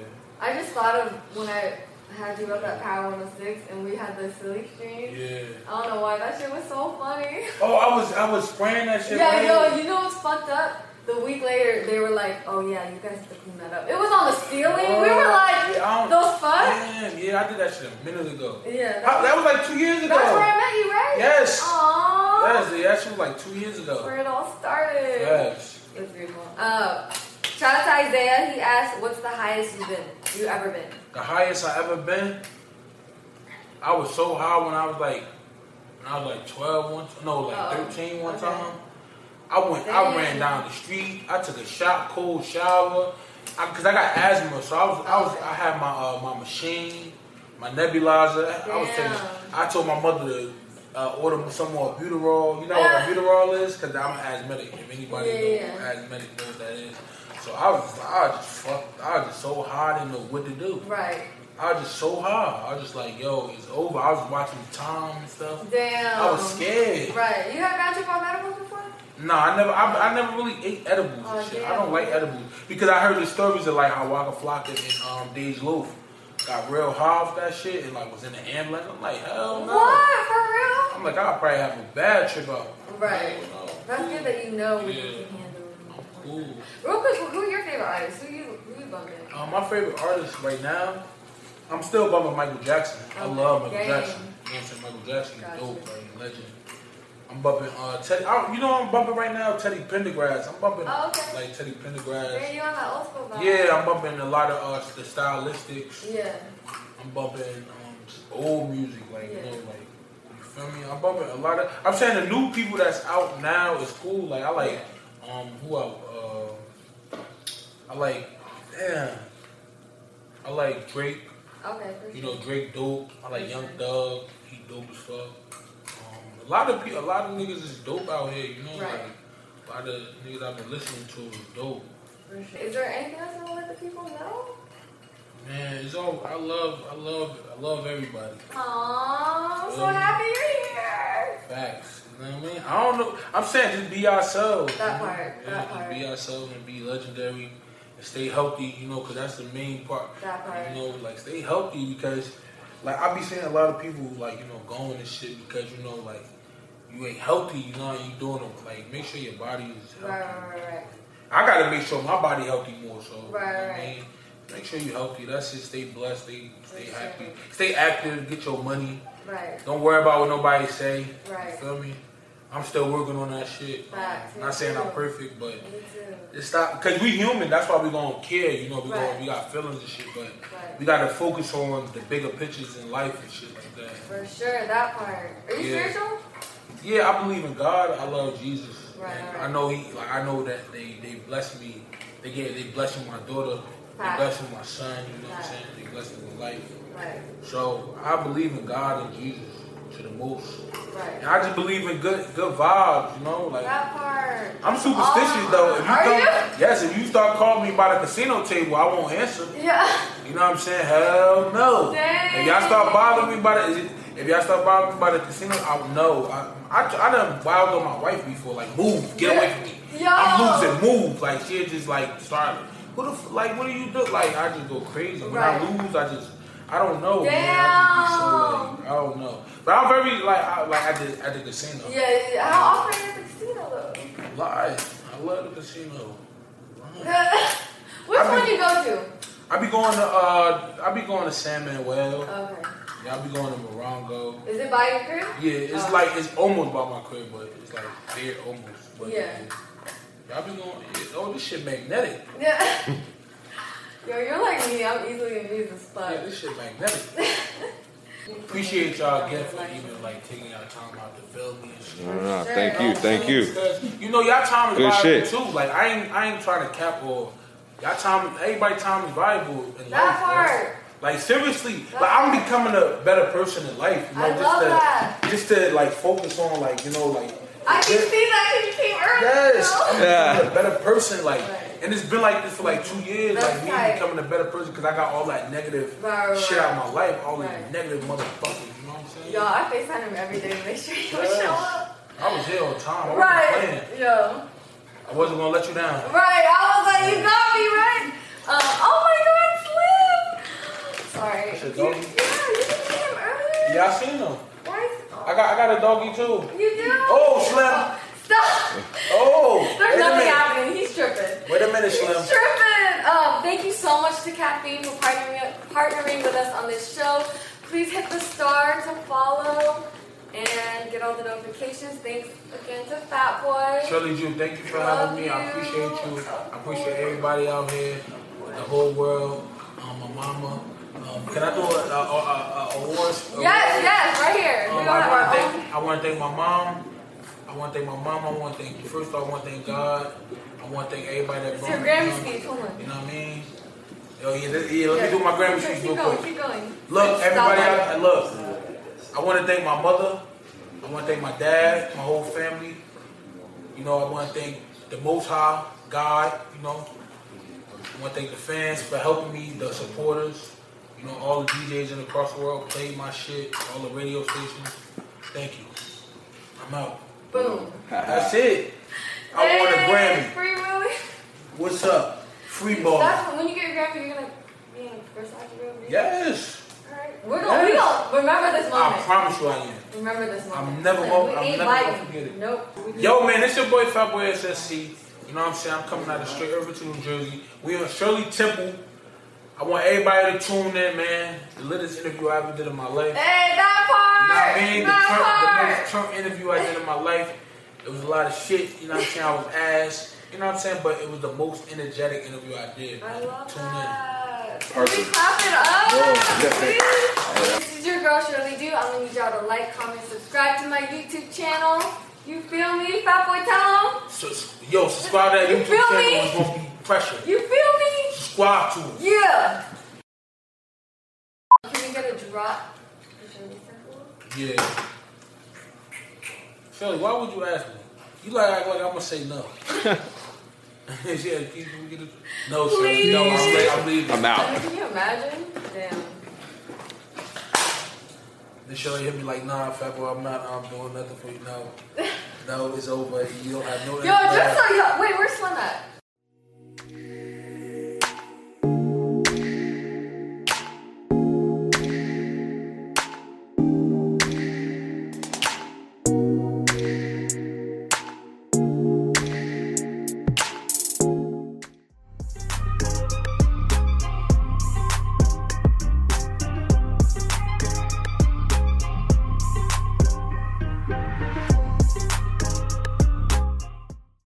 C: I just thought of when I had you up at Power 106 and we had the silly stream.
B: Yeah.
C: I don't know why that shit was so funny.
B: Oh, I was I was spraying that shit.
C: yeah,
B: right?
C: yo, you know what's fucked up? The week later, they were like, "Oh yeah, you guys have to clean that up." It was on the ceiling. we were like,
B: Oh, Yeah, I don't-
C: "Those fuck."
B: Damn, yeah, I did that shit a minute ago.
C: Yeah,
B: I- that was like two years ago.
C: That's where I met you, right?
B: Yes.
C: Aww.
B: Yes, yeah, that shit was like two years ago.
C: Where it all started.
B: Yes.
C: It's beautiful. Uh, shout out to Isaiah. He asked, "What's the highest you've been? You ever been?"
B: The highest I ever been. I was so high when I was like, when I was like 12 one, t- no, like
C: Oh,
B: 13 one
C: okay.
B: time. I went, I ran
C: Damn.
B: down the street. I took a shot, cold shower, I, cause I got asthma, so I was, I was, I had my uh, my machine, my nebulizer. I was taking.
C: Damn.
B: I told my mother to uh, order some more Buterol. You know what Buterol is? Cause I'm asthmatic. If anybody
C: Ah. Yeah.
B: knows what asthmatic knows what that is. So I was, I was just fucked. I was just so high, I didn't know what to do.
C: Right.
B: I was just so high. I was just like, yo, it's over. I was watching time and stuff.
C: Damn.
B: I was scared.
C: Right. You have got your phone edibles before?
B: No, I never, I, I never really ate edibles
C: Oh,
B: and shit.
C: damn.
B: I don't like edibles because I heard the stories of like how Waka Flocka and um, Dej Loaf got real high off that shit and like was in the ambulance. I'm like, hell no.
C: What? For real?
B: I'm like, I'll probably have a bad trip out.
C: Right.
B: No.
C: That's good that you know what you can handle.
B: Ooh.
C: Real quick, who your favorite artist? Who you who you bumping?
B: Uh, my favorite artist right now, I'm still bumming Michael Jackson. I love Michael
C: Dang.
B: Jackson. You know what I'm saying? Michael Jackson is
C: Gotcha.
B: dope, right? Legend. I'm bumping uh, Teddy. I, you know I'm bumping right now? Teddy Pendergrass. I'm bumping
C: Oh, okay.
B: like Teddy
C: Yeah,
B: Pendergrass.
C: you on that old school vibe.
B: Yeah, I'm bumping a lot of uh, the stylistics.
C: Yeah.
B: I'm bumping um, just old music, like
C: Yeah.
B: you know, like you feel me. I'm bumping a lot of. I'm saying the new people that's out now is cool. Like I like um who I uh, I like damn I like Drake.
C: Okay. for
B: You
C: sure.
B: know Drake dope. I like Young Thug. He dope as fuck. Um, a lot of people, a lot of niggas is dope out here. You know,
C: Right.
B: like a lot of niggas I've been listening to is dope.
C: For sure. Is there anything else you want to let the people know?
B: Man, it's all I love. I love. I love everybody.
C: Aww, I'm so
B: Mm.
C: happy you're here.
B: Facts. You know what I mean? I don't know. I'm saying just be ourselves.
C: That
B: you know?
C: part,
B: Yeah,
C: that
B: just
C: part.
B: Be ourselves and be legendary and stay healthy, you know, because that's the main part.
C: That part.
B: You know, like stay healthy because, like, I be seeing a lot of people, like, you know, going and shit because, you know, like, you ain't healthy, you know, and you doing it. Like, make sure your body is healthy.
C: Right, right, right, right.
B: I gotta make sure my body healthy more. So, you know what I
C: Right, right.
B: mean? make sure you healthy. That's it. Stay blessed. Stay, stay
C: For sure.
B: happy. Stay active. Get your money.
C: Right.
B: Don't worry about what nobody say. You
C: Right.
B: feel me? I'm still working on that shit. Um,
C: Facts, me
B: not saying I'm
C: too.
B: perfect, but
C: Me too.
B: it's not because we human. That's why we gonna care. You know, we
C: Right.
B: gonna, we got feelings and shit, but
C: Right.
B: we gotta focus on the bigger pictures in life and shit like that.
C: For sure, that part. Are you
B: Yeah.
C: spiritual?
B: Yeah, I believe in God. I love Jesus.
C: Right,
B: And
C: right.
B: I know he. Like I know that they they bless me. They get they blessing my daughter.
C: Facts.
B: They blessing my son. You know what I'm
C: Facts.
B: saying? They blessing my life.
C: Right.
B: So I believe in God and Jesus to the most. And
C: Right.
B: I just believe in good good vibes, you know. Like
C: That part.
B: I'm superstitious
C: Oh,
B: though. If you
C: are
B: start,
C: you? [laughs]
B: Yes, if you start calling me by the casino table, I won't answer.
C: Yeah.
B: You know what I'm saying? Hell no.
C: Dang.
B: If y'all start bothering me by the if y'all start bothering me by the casino, I will know. I I, I done wild on my wife before. Like move, get away from me.
C: Yo.
B: I'm losing. Move. Like she just like started. Who the f- like? What do you do? Like I just go crazy. When
C: Right.
B: I lose, I just I don't know. man. I, just be so, like, I don't know. But I'm very like I, like I did at the casino.
C: Yeah, yeah, yeah. How often are you at the casino though?
B: Live. I love the casino.
C: Which
B: I've
C: one
B: been-
C: you go to?
B: I be going to uh I be going to San Manuel.
C: Okay.
B: Yeah, I be going to Morongo.
C: Is it by your crib?
B: Yeah, it's
C: Oh.
B: like it's almost by my crib, but it's like there almost. But
C: Yeah.
B: I be going. Yeah, oh, this shit magnetic.
C: Yeah. [laughs] Yo, you're like me. I'm easily amused as fuck.
B: Yeah, this shit magnetic. Appreciate y'all again for even like taking y'all time out to film me and shit.
F: Ah, thank you, thank you.
B: Because, You know, y'all time is
F: Good
B: valuable
F: shit.
B: too. Like I ain't, I ain't trying to cap or y'all time. Everybody time is valuable in life.
C: That
B: bro.
C: part.
B: Like seriously, like I'm becoming a better person in life. You know,
C: I
B: just
C: love
B: to,
C: that.
B: Just to like focus on like you know like.
C: I can
B: good-
C: see that you came early.
B: Yes,
C: you
B: I'm
C: know?
B: becoming a better person. Like,
C: Right.
B: and it's been like this for like two years.
C: That's
B: like me
C: right.
B: becoming a better person because I got all that negative
C: Right, right,
B: shit out of my life, all
C: Right.
B: that negative motherfuckers. You know what I'm saying?
C: Yo, I FaceTime him every day to make sure he would
B: Yes.
C: show up.
B: I was here on time. I wasn't
C: Right.
B: playing.
C: Yo.
B: I wasn't gonna let you down.
C: Right. I was like, you got me, right? Um, oh my god, Slim! Sorry.
B: That's your
C: You-
B: doggy?
C: yeah, you didn't see him earlier.
B: Yeah, I seen him.
C: Why is-
B: I got I got a doggy too.
C: You do?
B: Oh, Slim.
C: Stop. [laughs]
B: Oh,
C: There's
B: wait a
C: nothing
B: minute.
C: happening. He's tripping.
B: Wait a minute,
C: He's
B: Slim.
C: tripping. Um, thank you so much to Caffeine for partnering, partnering with us on this show. Please hit the star to follow and get all the notifications. Thanks again to Fat Boy.
B: Shirley Jew, thank you for
C: Love
B: having me. I appreciate
C: you.
B: you. I appreciate everybody out here, the whole world, um, my mama. Um, can I do a, a, a, a, a awards?
C: Yes, yes, right here. we
B: Um,
C: don't
B: I
C: have
B: want
C: our
B: to
C: own.
B: thank I want to thank my mom. I want to thank my mom. I want to thank first. Of all, I want to thank God. I want to thank everybody that
C: It's your
B: me
C: Grammy
B: up.
C: speech. Come on.
B: You know what I mean? Yo, yeah, this, yeah let me do my Grammy
C: Keep
B: speech real
C: going,
B: quick.
C: keep going.
B: Look,
C: Stop
B: everybody
C: it.
B: out there, look. I want to thank my mother. I want to thank my dad, my whole family. You know, I want to thank the Most High, God, you know. I want to thank the fans for helping me, the supporters, you know, all the DJs in across the world played my shit, all the radio stations. Thank you. I'm out.
C: Boom.
B: That's it. I want a
C: Yay,
B: Grammy.
C: Free Willy.
B: What's up? Free ball.
C: That's when you get your Grammy, you're gonna. being Versace real real?
B: Yes.
C: Alright. We're gonna,
B: Yes.
C: we gonna remember this
B: I
C: moment.
B: promise you I am.
C: remember this moment.
B: I'm never
C: Listen,
B: gonna-
C: we
B: I'm
C: ain't
B: never gonna
C: biting.
B: forget it.
C: Nope. We just-
B: Yo, man, it's your boy Fatboy SSC. You know what I'm saying? I'm coming out of straight Irvington, New Jersey. We on Shirley Temple. I want everybody to tune in, man. The latest interview I ever did in my life.
C: Hey, that
B: You know
C: part!
B: what I mean? The Trump, the
C: that
B: most Trump interview I did in my life. It was a lot of shit. You know what I'm saying? I was ass. You know what I'm saying? But it was the most energetic interview I did.
C: part! I
B: man.
C: love
B: Tune
C: that. Can we
F: Perfect.
C: clap it up?
F: Yeah.
C: please? This is your girl Shirley Do. I'm gonna need y'all to like, comment, subscribe to my YouTube channel. You feel me? Fat Boy Tell 'em.
B: in. Sus- yo, subscribe to that
C: You
B: YouTube
C: feel
B: channel.
C: me?
B: It's going to be pressure.
C: You feel
B: Subscribe to it.
C: me? Yeah. Can we get a drop? Shirley Temple?
B: Yeah. Shirley, why would you ask me? You like act like I'm gonna say no. [laughs] yeah, you- you get it. No, Shirley. No, I'm,
C: Please.
B: le- I'm leaving.
F: I'm out.
C: Can you imagine? Damn.
B: Then Shirley hit me like, nah, fat boy, I'm not. I'm doing nothing for you.
C: [laughs]
B: No, no, it's over. You don't have no.
C: Yo, just so y'all. Wait, where's Slim at?